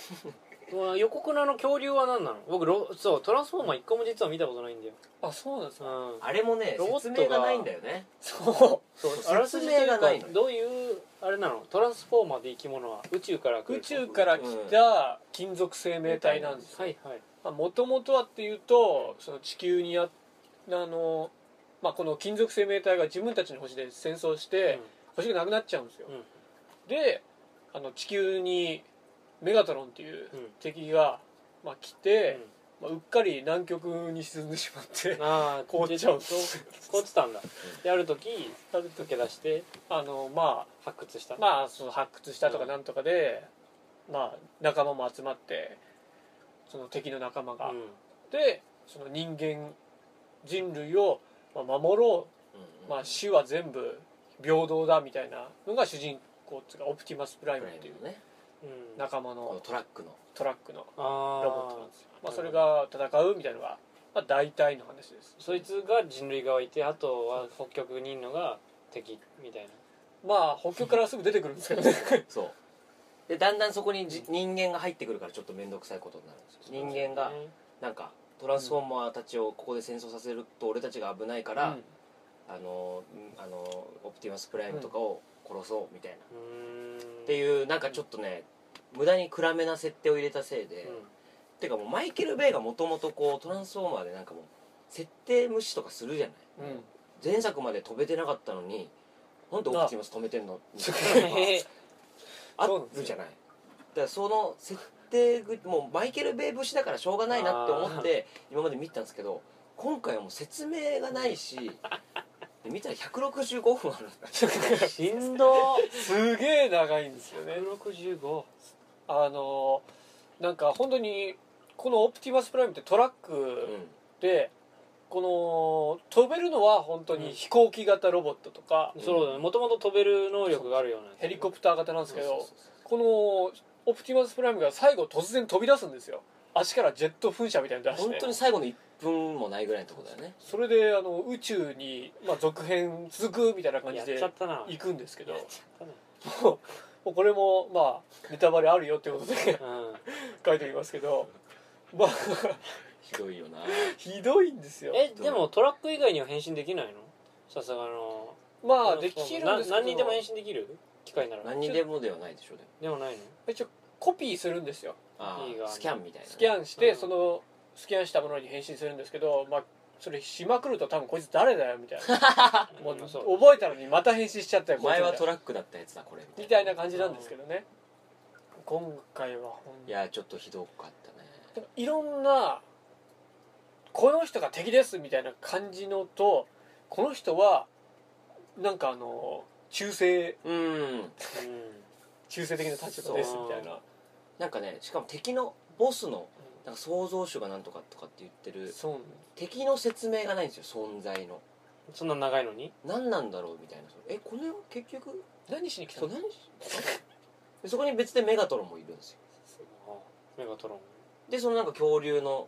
うわ予告のあの恐竜は何なの僕ロそうトランスフォーマー一個も実は見たことないんだよあそうなんですうかんあれもねロボット説が明がないんだよねそそうそうあらすじという説明がないかのどういうあれなのトランスフォーマーで生き物は宇宙から来うる宇宙から来た金属生命体なんですはいはいもともとはっていうとその地球にああの、まあ、この金属生命体が自分たちの星で戦争して、星がなくなっちゃうんですよ、うんであの地球にメガトロンっていううん敵が、まあ、来て、うまあ、うっかり南極に沈んでしまってうんああ凍っちゃう凍ってたんだである時ある溶時け出してあのま発掘したあまあその発掘したとかうんなんとかで、まあ、仲間も集まってその敵の仲間が、うんでその人間人類をまあ守ろうまあ、死は全部平等だみたいなのが主人公っていうかオプティマスプライムっていうねうん仲間こののトラックのトラックのあローボットなんですよまあ、それが戦うみたいなのが、まあ、大体の話ですそいつが人類側いてあとは北極にいるのが敵みたいなまあ北極からすぐ出てくるんですけどねそうでだんだんそこにじ人間が入ってくるからちょっと面倒くさいことになるんですよ人 間がうんなんかトランスフォーマーたちをここで戦争させると俺たちが危ないから、あのうんあのオプティマスプライムとかを殺そうみたいな、っていうなんかちょっとね無駄に暗めな設定を入れたせいで、てかもうマイケル・ベイがもともとこうトランスフォーマーでなんかもう設定無視とかするじゃない うん、うん前作まで飛べてなかったのになんでオプティマス止めてんのみ たういんなのがあるじゃないだからその設定ぐもうマイケル・ベイ節だからしょうがないなって思って今まで見てたんですけど今回はもう説明がないしで見たら165分あるんだしんどすげえ長いんですよね165あのなんか本当にこのオプティマスプライムってトラッうん クで、この飛べるのは本当に飛行機型ロボットとか、そうだねもともと飛べる能力があるようなヘリコプター型なんですけどそうそうそうこのオプティマスプライムが最後突然飛び出すんですよ足からジェット噴射みたいに出して本当に最後の1分もないぐらいのとこだよねそれであの宇宙に、まあ、続編続くみたいな感やじっでちゃったな行くんですけどやもっちゃったなうもうこれもまあネタバレあるよってことでうん書いておきますけどまあひどいよなひどいんですよえでもトラック以外には変身できないのさすがのまあできるんですけどな何にでも変身できる機械なら何にでもではないでしょうでもでもないの一応コピーするんですよあいいがあスキャンみたいなねスキャンして、うんそのスキャンしたものに変身するんですけど、まあ、それしまくると多分こいつ誰だよみたいなもううん覚そうえたのにまた変身しちゃったよこいつ前はみたトいなラックだったやつだこれみたいな感じなんですけどね、今回はほんいやちょっとひどかったねなんかいろんなこの人が敵ですみたいな感じのとこの人はなんかあの中性うんうん中性的な立場ですみたいななんかねしかも敵のボスのなんか創造主がなんとかとかって言ってるそうね敵の説明がないんですよ存在のそんな長いのに何なんだろうみたいなそれえこれは結局何しに来たそうの何しでそこに別でメガトロンもいるんですよメガトロンでそのなんか恐竜の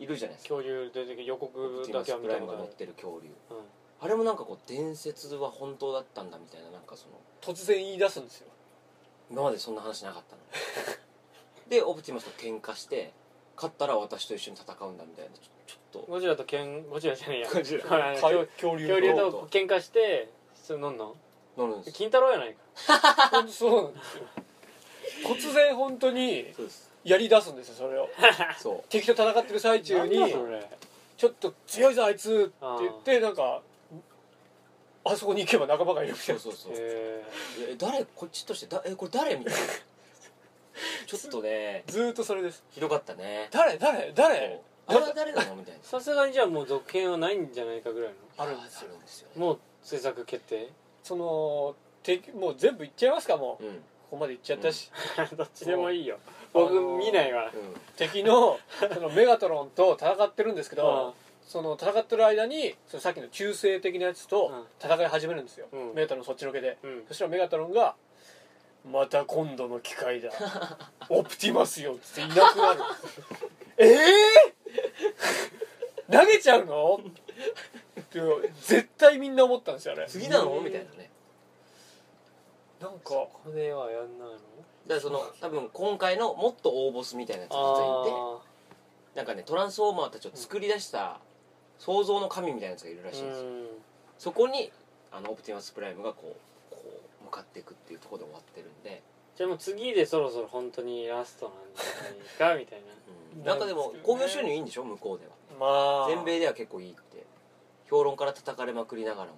うんいるじゃないですか恐竜出てきて予告ティだマけスは見プたライこムとがあ乗っるてる恐竜うんあれもなんかこう伝説は本当だったんだみたいななんかその突然言い出すんですよ今までそんな話なか ったのでオプティマスと喧嘩して勝ったら私と一緒に戦うんだみたいなちょちょっとゴジラとケンゴジラじゃないやゴジラはいか恐恐竜恐竜と喧嘩してそれなんなんなるんですよ金太郎やないか 本当そうなんですよ突然本当にそうですやり出すんですよそれをそ敵と戦ってる最中になんだそれちょっと強いぞあいつって言ってなんかあそこに行けば仲間がいるみうたいそうなそうそうへえ誰こっちとしてだえこれ誰み たいなちょっとねずーっとそれですひどかったね誰誰誰こうあれは誰なのみたいーなさすがにじゃあもう続編はないんじゃないかぐらいあるんですよあるんですよねのもう制作決定その敵もう全部行っちゃいますかもううんここまで行っちゃったし、 どっちでもいいよ僕見ないわ敵のそのメガトロンと戦ってるんですけうんどその戦ってる間にそのさっきの中性的なやつと戦い始めるんですよ、うんメガトロンそっちのけでうんそしたらメガトロンが「また今度の機会 だオプティマスよ」っつっていなくなるええー、投げちゃうのって絶対みんな思ったんですよね次なのみたいなねなんそかこではやんないのだからその多分今回のもっと大ボスみたいなやつがいてあなんかねトランスフォーマーたちを作り出した創造の神みたいなやつがいるらしいんですよーそこにあのオプティマスプライムがこうこう向かっていくっていうところで終わってるんで、じゃあもう次でそろそろ本当にラストなんじゃないかみたいなうんなんかでも興行収入いいんでしょ向こうではまあ全米では結構いいって評論から叩かれまくりながらも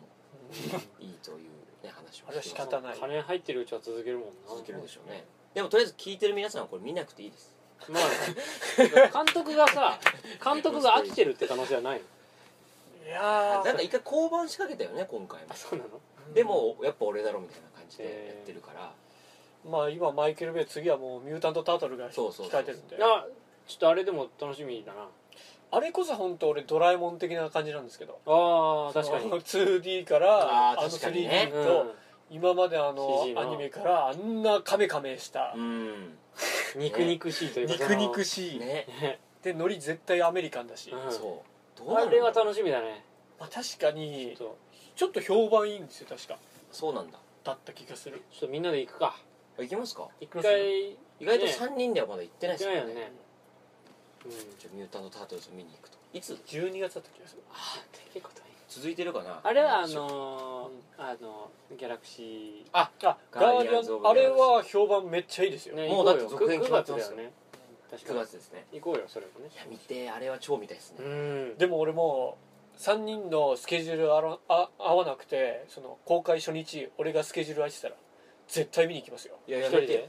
いいという、ね、話をあれはして仕ます方ない金入ってるうちは続けるもんな続けるでしょうねでもとりあえず聞いてる皆さんはこれ見なくていいですまあ監督がさ監督が飽きてるって可能性はないのいやーなんか一回降板しかけたよね今回もあそうなのでもやっぱ俺だろみたいな感じでやってるから、まあ今マイケル・ベイ次はもう「ミュータント・タートル」がそうそう控えてるんであちょっとあれでも楽しみだなあれこそ本当俺ドラえもん的な感じなんですけどあー確かにその 2D からああーの確かにね 3D と、今まであの CG のアニメからあんなカメカメしたうんうん肉肉しいというか肉肉ししいね、でノリ絶対アメリカンだし、まそうどうなあんれだは楽しみだねあ、確かちょにっとちょっと評判いいんですよ確かそうなんだだった気がするちょっとみんなで行くかあ行きますか一回意外とね3人ではまだ行ってない行でけすなかいよらねねうんじゃあミュータント・タートルズ見に行くといつ12月だった気がするあーってこといい続いてるかなあれはあのーあのギャラクシああガガーーデディィアアンズオンブあれは評判めっちゃいいですーよ、ねもうだって行こよ続編決まってますく九月よだよね確か9に月ですね行こうよそれもねいや見てあれは超見たいですねうんでも俺もう3人のスケジュールあらあ合わなくてその公開初日俺がスケジュール空いてたら絶対見に行きますよ、いや一や人めてよで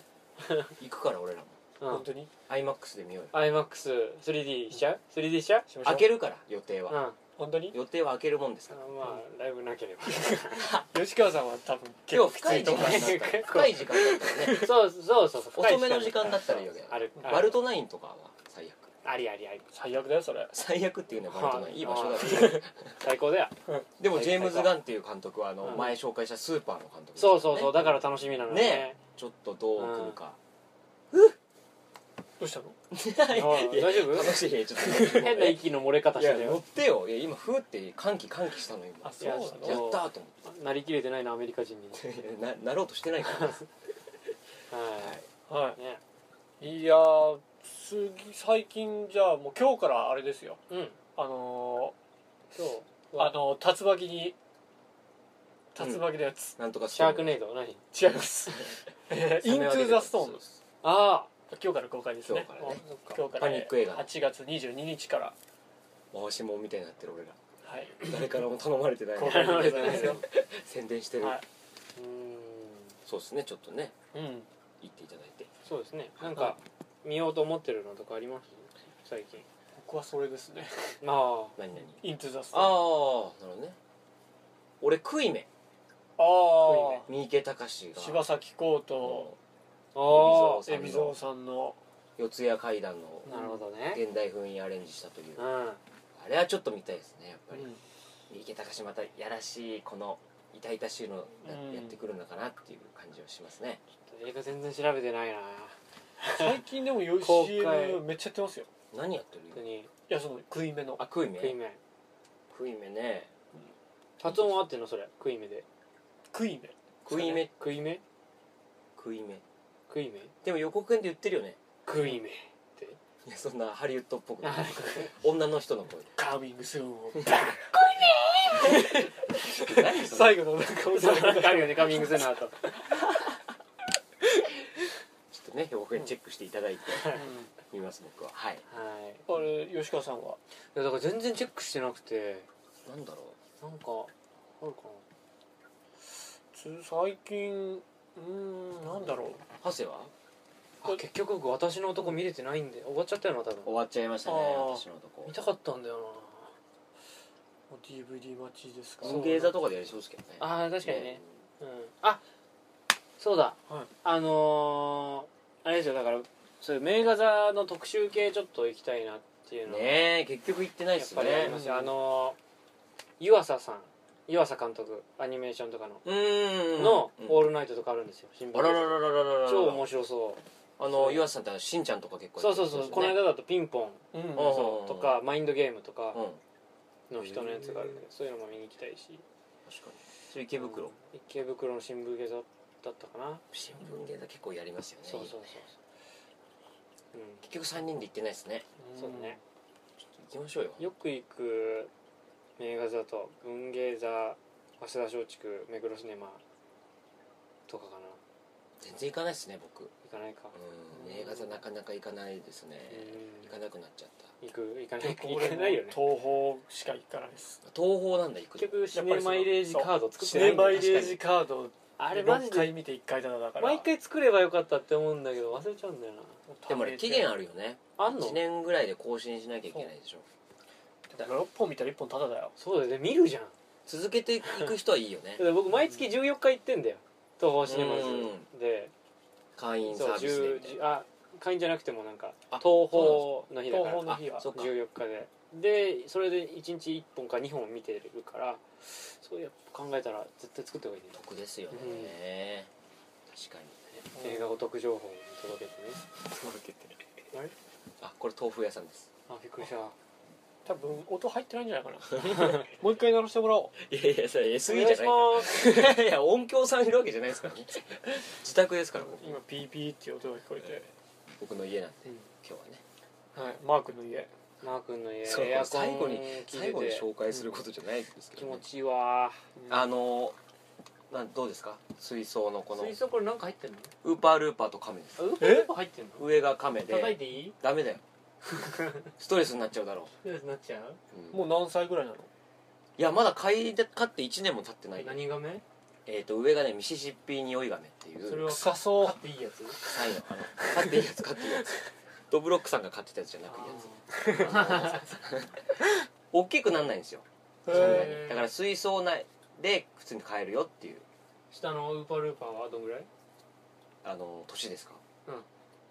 行くから俺らもうん本当に iMAX で見ようよ iMAX3D しちゃう ?3D しちゃうしましょう開けるから予定うんはあ本当に予定は開けるもんですからまあライブなければ吉川さんは多分結今構日き深ついい時と思間うだったら深い時間だったらねそうそうそうそう遅めの時間だったらいいよねあるあるバルトナインとかは最悪ありありあり最悪だよそれ最悪っていうのはバルトナインいい場所だはけど最高だよ でもジェームズ・ガンっていう監督はあのうん前紹介したスーパーの監督ですかそらねうそうそうだから楽しみなのねねちょっとどう来るかどうしたのおい大丈夫楽 しいねちょっと変な息の漏れ方いしてやた乗っよてよいや今ふーって歓喜歓喜したの今あそうなのいやちょっとやったーと思なりきれてないなアメリカ人にって ななろうとしてな いからねははいねいやー次最近じゃあもう今日からあれですようんあの今日ーあのー竜巻に竜巻のやつ、なんとかスシャークネイド何違います えーイントゥーザストーンズあ今日から公開ですね今日からねあそっ今日からパニック映画8月22日から回しもんみたいになってる俺らはい誰からも頼まれ てない公開まれてないですよ 宣伝してるはいあうんそうですねちょっとねうん言っていただいてそうですねなんか見ようと思ってるのとかあります最近僕はそれですねああ何々イントゥーザスあトあーンなるほどね俺クイメあ三池隆が柴咲コウあのとあ海老蔵海老蔵さんの四谷怪談のなるほどね現代風にアレンジしたといううあんうんれはちょっと見たいですねやっぱり池高島またやらしいこの痛々しいのうやんやってくるのかなっていう感じはしますね映画全然調べてないな最近でもよ公 CM 開めっちゃやってますよ何やって本当るにいやその食い目のあ食い目食い目食い目ね発音合ってんのそれ食い目で食い目食い目食い目食い目食い目でも予告編で言ってるよね食い目いやそんなハリウッドっぽくあ女の人の声カーミングスーン何それ最後のなんかあるよねカミングするなとちょっとね予告編チェックしていただいて 見ます僕ははいはいあれ吉川さんはいやだから全然チェックしてなくてなんだろなんかあるかつ最近うーんなんだろううハセはなあ結局僕私の男見れてないんで終わっちゃったよな多分終わっちゃいましたねあー私のとこ見たかったんだよもう DVD 待ちですか文芸座とかでやりそうですけどねなああ確かにねうんあそうだ、はいあのー、あれですよだからそういう名画座の特集系ちょっと行きたいなっていうのはねえ結局行ってないやでっすぱりありねますよ、あのー湯浅さん湯浅監督アニメーションとかの、うーんの「うんオールナイト」とかあるんですよ新あらららららららら超面白そうあの湯浅さんってしんちゃんとか結構そうやってまそうすそう、よねこの間だとピンポンうんあーそうとかマインドゲームとかうんの人のやつがあるんでそういうのも見に行きたいし確かにそれ池う袋ん池袋の新聞下座だったかな新聞芸座結構やりますよねそうそうそうそう結局三人で行ってないですねうんそうだね行きましょうよよく行く名画座と文芸座早稲田松竹目黒シネマとかかな全然行かないですね僕行かないかうん映画座なかなか行かないですねうん行かなくなっちゃった行く行かない結構行俺かないよね東宝しか行かないです東宝なんだ行く結の局シネマイレージカード作っシてなネいんだマよイレージカードあれマジ6回で見て1回だなだから毎回作ればよかったって思うんだけど忘れちゃうんだよでもあれ期限あるよねなあんの1年ぐらいで更新しなきゃいけないでしょだから6本見たら1本タダだよそうだよね見るじゃん続けていく人はいいよねだから僕毎月14日行ってんだよ東宝シネマズで会員サそうービスでみ10たいなあ会員じゃなくてもなんかあ東宝の日だか東宝のら日はあそっか14日ででそれで1日1本か2本見てるからそうやっぱ考えたら絶対作った方がいいね得ですよね、確かに映画お得情報を届けてねあれあこれ豆腐屋さんですあびっくりした多分音入ってないんじゃないかな もう一回鳴らしてもらおういやいやそれ SE じゃないかお願いしますら いや音響さんいるわけじゃないですからね自宅ですから僕今ピーピーっていう音が聞こえ僕の家なんうでん今日はねて、はい、マークの家マー君の家そうエアコン最後に聞いてて最後に紹介することじゃないですけ気ど、ね持ちいいわあのなんどうですか水槽のこの水槽これ何か入ってんのウーパールーパーとカメですあウーパールーパー入ってんの上がカメで叩いていいダ メだよストレスになっちゃうだろなっちゃうう、うんもう何歳ぐらいなのいやまだ買いで買って1年も経ってない何がめえっ、と上がねミシシッピにおいガメっていうそれは臭そう買っていいやつ臭いのあの買っていいやつ買って いいやつドブロックさんが買ってたやつじゃなくていいやつ大きくなんないんですよそんなへにだから水槽内で普通に買えるよっていう 下のウーパールーパーはどんぐらいあの年ですか、うん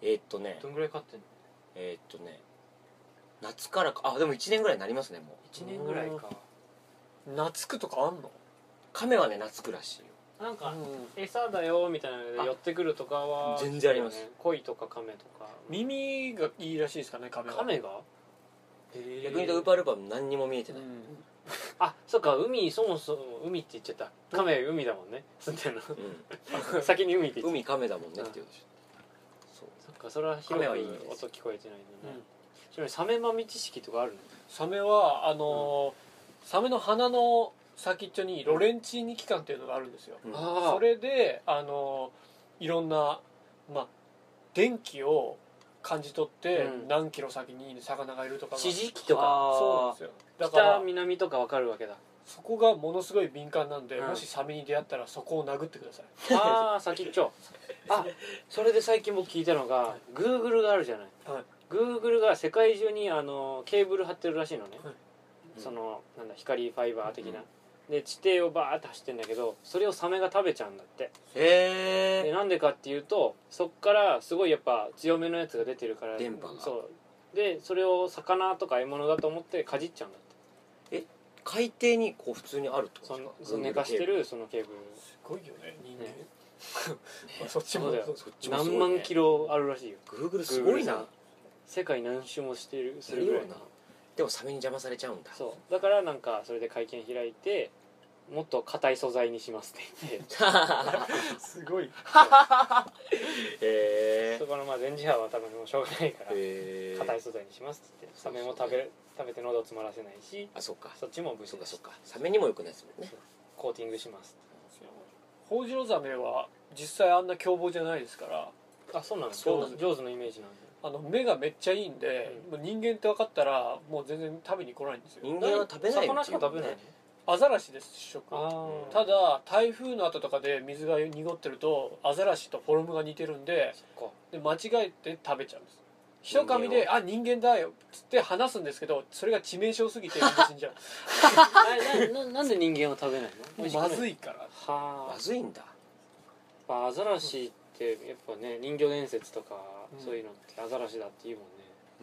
えーっとねどんぐらい買ってんのえーっとね夏からかあでも1年ぐらいになりますねもう1年ぐらいか懐くとかあんの亀はね夏くらしいよなんかうん餌だよみたいなのであ寄ってくるとかは全然あります鯉とか亀とか耳がいいらしいですかねカメは亀がへー逆に言うとウーパールーパーも何にも見えてうない、んあそっか海そもそも海って言っちゃった亀海だもんね住んでるうの 先に海ってん、言っちゃっ海亀だもんねっていうでしょそうたそっかそれは広亀くはいいです音聞こえてないんうだねんちなみにサメ豆知識とかあるのサメはあのーサメの鼻の先っちょにロレンチーニ器官っていうのがあるんですようんあそれであのーいろんなまあ電気を感じ取ってうん何キロ先に魚がいるとかが地磁気とかそうなんあですよだか北ら南とかわかるわけだそこがものすごい敏感なんで、うんもしサメに出会ったらそこを殴ってくださいああ先っちょあそれで最近僕聞いたのがグーグルがあるじゃないはいグーグルが世界中にあのケーブル張ってるらしいのね、はいそのなんだ光ファイバー的な、で地底をバーって走ってんだけどそれをサメが食べちゃうんだってへでえなんでかっていうとそっからすごいやっぱ強めのやつが出てるから電波がそうでそれを魚とか獲物だと思ってかじっちゃうんだって海底にこう普通にあるってこそとのですそかの寝かしてるそのケーブすごいよね人間 ねそっちもそうだよそうそっちルもすごい何ね万キロあるらしいよ Google すごい Google なさ世界何周もしてるすするぐらごいいなでもサメに邪魔されちゃうんだそうだからなんかそれで会見開いてもっと硬い素材にしますって言ってすごいへそこのまあ電磁波は多分もうしょうがないからえ硬い素材にしますって言ってサメも食べれ食べて喉を詰まらせないしあそっかそっちも無視そっかだそっしかサメにも良くないですもんねコーティングしますホウジロザメは実際あんな凶暴じゃないですからあそうなのそ上うな手の上手のイメージなんであの目がめっちゃいいんで、もう人間って分かったらもう全然食べに来ないんですよ人間は食べないよ魚しか食べないねアザラシです主食ああただ台風の後とかで水が濁ってるとアザラシとフォルムが似てるんでそっかで間違えて食べちゃうんです一噛みで「人あ人間だよ」っつって話すんですけどそれが致命傷すぎてみんな死んじゃうなななんで人間は食べないのまずいいからはあまずいんだやっぱアザラシってやっぱね人魚伝説とかうんそういうのってアザラシだって言うも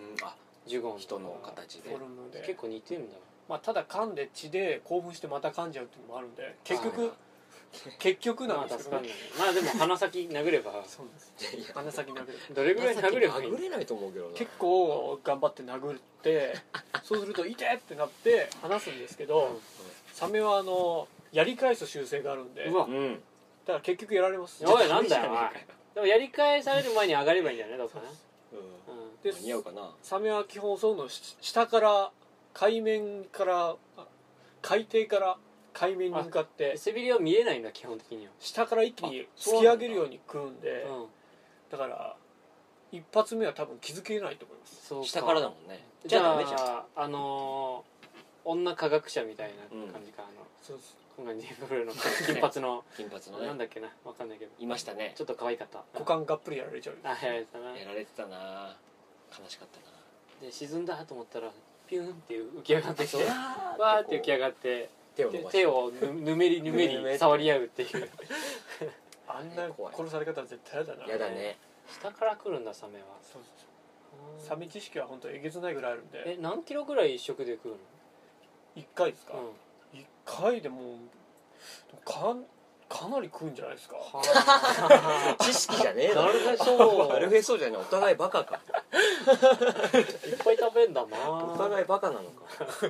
んねうんあジュゴンと人かの形フでォルムで結構似てんだまあ、ただ噛んで血で興奮してまた噛んじゃうっていうのもあるんで結そう局結局なまんあですけ助どかんねないまあでも鼻先殴ればそうなんですいや鼻先殴るどれぐらい殴ればいい殴れないと思うけどな結構頑張って殴ってそうすると「痛え!」ってなって話すんですけど、うんサメはあのやり返す習性があるんでうわうんだから結局やられますおいなんだよおいでもやり返される前に上がればいいんじゃないどうかなうんうで間に合うかなサメは基本そういうのをし下から海面からあ海底から海面に向かっんて背びれは見えないんだ基本的には下から一気にあそ突きうなんだ上げるように食うんでうんだから一発目は多分気づけないと思いますそう下からだだもんねじゃダメじゃんああのー女科学者みたいな感じかあのそうです今回ディープブルーの金髪の金髪のねなんだっけなわかんないけどいましたねちょっと可愛かった股間がっぷりやられちゃうあやられたなやられてたな悲しかったで沈んだと思ったらピューンって浮き上がって きてなわーって浮き上がって手をで伸ばして手をぬぬめりぬめぬめりり触り合うっていうあんな怖い殺され方は絶対嫌だなやだね下から来るんだサメはそうサメ知識は本当えげつないぐらいあるんでえ何キロぐらい一食で食う1回ですか、の、うん、一回でもうかんかなり食うんじゃないですか知識じゃねえだ なろるへそ悪へそうじゃねえお互いバカかいっぱい食べんだなお互いバカなのか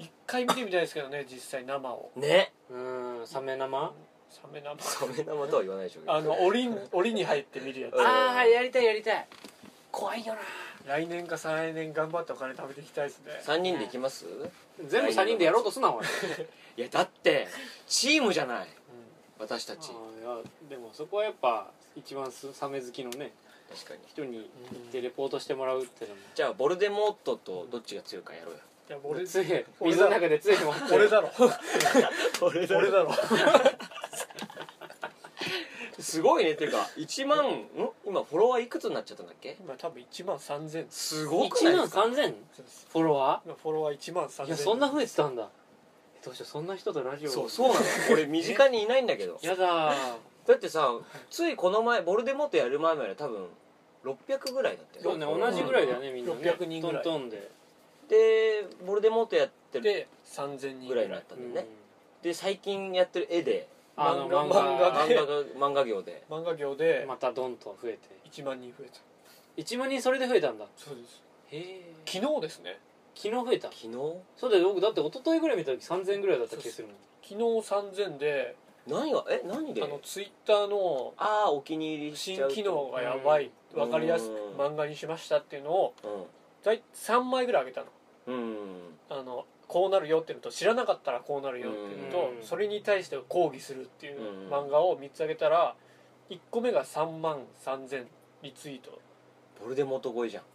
一回見てみたいですけどね実際生をねうんサメ生サメ生サメ生とは言わないでしょうけどあの檻檻に入って見るやうんつああやりたいやりたい怖いよな来年か再来年頑張ってお金食べていきたいですね3人で行きます全部3人でやろうとす なおいいやだってチームじゃないうん私たあちーいやでもそこはやっぱ一番すサメ好きのね確かに人に行ってレポートしてもらうってのもじゃあボルデモートとどっちが強いかやろうよいや俺杖俺水の中で杖持って俺だろ俺俺だろすごいねっていうか1万ん今フォロワーいくつになっちゃったんだっけ今多分1万3000すごくない1で万すか3000フォロワ今フォロワー1万3000ーいやそんな増えてたんだえどうしようそんな人とラジオそうそうなの俺身近にいないんだけどやだーだってさついこの前ボルデモートやる前まで多分600ぐらいだったそようねフォロ同ワーじぐらいだよねみんなね600人ぐらいトントンででボルデモートやってるで3000人ぐらいになったんうんだよね、で最近やってる絵であの漫漫画画漫で画が漫画業で漫画業でまたドンと増えて1万人増えた1万人それで増えたんだそうですへえ昨日ですね昨日増えた昨日そうだよ僕だって一昨日ぐらい見た時3000ぐらいだった気するもん昨日3000で何がえ何であのツイッターのああお気に入りしち新ゃうと機能がやばいうん分かりやすくうん漫画にしましたっていうのを大体3枚ぐらい上げたのうんうんあのこうなるよっていうのと知らなかったらこうなるよっていうのとうんそれに対して抗議するっていううん漫画を3つ上げたら1個目が3万3000リツイートボルデモート超えじゃん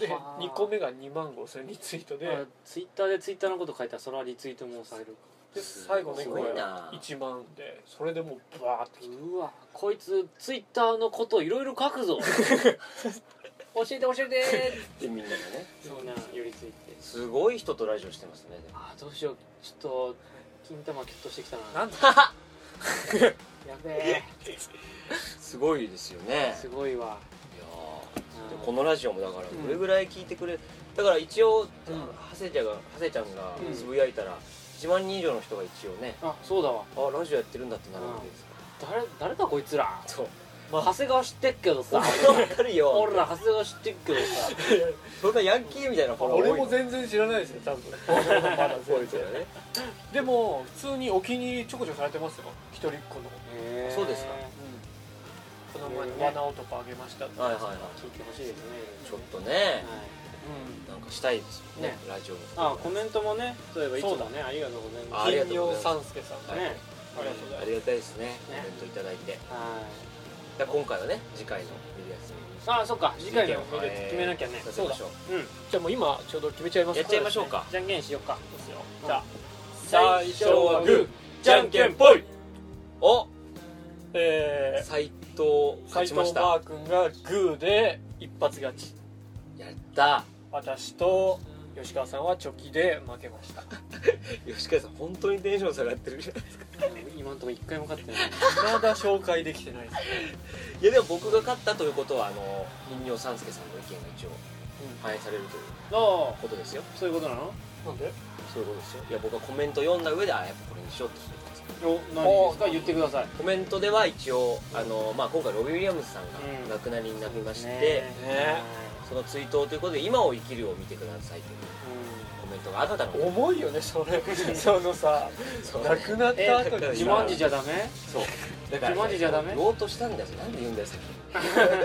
ではあ2個目が2万5000リツイートであツイッターでツイッターのこと書いたらそれはリツイートもされるで最後のす1ご個いがな1万でそれでもうバーってきてうわこいつツイッターのこといろいろ書くぞ教えて教えてでみんながねそんな寄りついて すごい人とラジオしてますねでもあーどうしようちょっと金玉キュッとしてきたななんだやべえすごいですよねいやすごいわーうんでこのラジオもだからどれぐらい聞いてくれだから一応うんハセちゃんがハセちゃんがうんつぶやいたら1万人以上の人が一応ねあそうだわあラジオやってるんだってなるわけですよ誰誰だこいつらそうまあ長谷川知ってっけどさ わかるよ俺ら長谷川知ってっけどさそんなヤンキーみたいなフォロワー俺多いのも全然知らないですね多分多いけどねでも普通にお気に入りちょこちょこされてますよ一人っ子の、へー そうですかこの前の「罠男あげました」はいはいはい聞いてほしいですねちょっとねはいなんかしたいですよねねラジオもあコメントもねそういえばいつもそねありがとうございあまりがと金うご曜ざい三助さんすはいねありがとうございますありがたいですねコメねントいただいてはいだから今回はね次回の見るやつにあそっか次回の意見見をる決めなきゃねさせましょううんじゃあもう今ちょうど決めちゃいますやっちゃいましょうかじゃんけんしよっかですよじゃあ最初はグーじゃんけんぽいおえー斎藤勝斎藤ちましマたー君がグーで一発勝ちやった私と吉川さんはチョキで負けました吉川さん本当にテンション下がってる 今んとこ一回も勝ってないまだ紹介できてないですいやでも僕が勝ったということはあの人形三助さんの意見が一応う反映されるというあことですよあそういうことなのなんでそういうことですよいや僕はコメント読んだ上であやっぱこれにしようって決めたんですけどお何ですか言ってくださいコメントでは一応あの、まあ、今回ロビー・ウィリアムズさんうんが亡くなりになりまして、ねその追悼ということで今を生きるを見てくださいというコメントがあったので重いよねそれ そのさそう亡くなった後えに自慢じじゃダメそうだ自慢自じゃダメ言おうとしたんだよなんで言うんだよ先に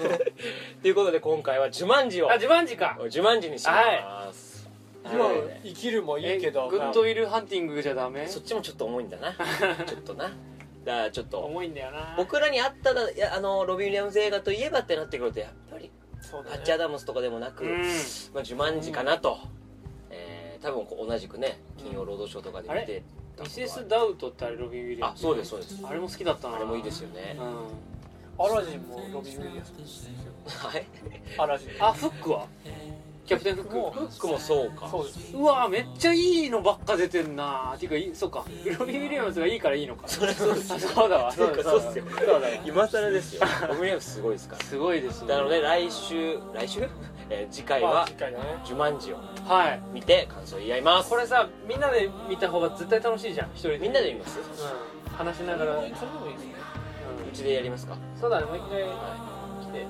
ということで今回は「呪文字」をあ自慢じか呪文字にします、今はい生きるもいいけどえグッドウィルハンティングじゃダメそっちもちょっと重いんだ なちょっとなだからちょっと重いんだよな僕らにあったらいやあのロビー・ウィリアムズ映画といえばってなってくるとやっぱりそうハだッチ・アねダムスとかでもなく、うんまあ、呪文字かなと、えー多分こう同じくね金曜ロードショーとかで見てたミことセはス・ダウトってあれロビー・ウィリアあムズそうですそうですあれも好きだったなあれもいいですよねう、んアラジンもロビン・ウィリアムズですよ はいアラジンあフックはキャプテンフックもフックもそうかそうですうわめっちゃいいのばっか出てんなていうかいいそうかロビー・ウィリアムズがいいからいいのかそれそうですあそうだわ そうかだそうわっすよそうだわ今更ですよロビー・ウィリアムズすごいですからすごいですねなので来週来 週、えー次回まあは次回だね呪文字をはい見て感想を言い合いますこれさみんなで見た方が絶対楽しいじゃん一人でみんなで見ますうん話しながら、うん、それでもいいですねうちでやりますかそうだねもう一回は来てい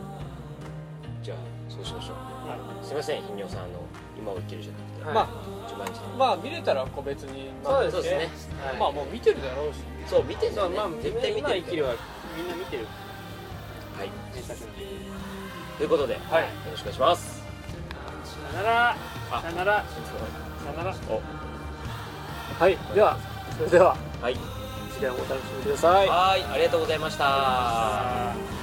じゃあそうしましょう、はすいません頻尿さんあの今を生きるじゃなくて、はいまあ呪文字でまあ見れたら個別にまそあうそうですねはいまあもう見てるだろうしそう見てるんだそようね、まあ絶対見今てる生きるはみんな見てるはい名作なんでということで、はいよろしくお願いしますさよならあさよならさよならはいではそれでははい次回もお楽しみくださいはいありがとうございましたあー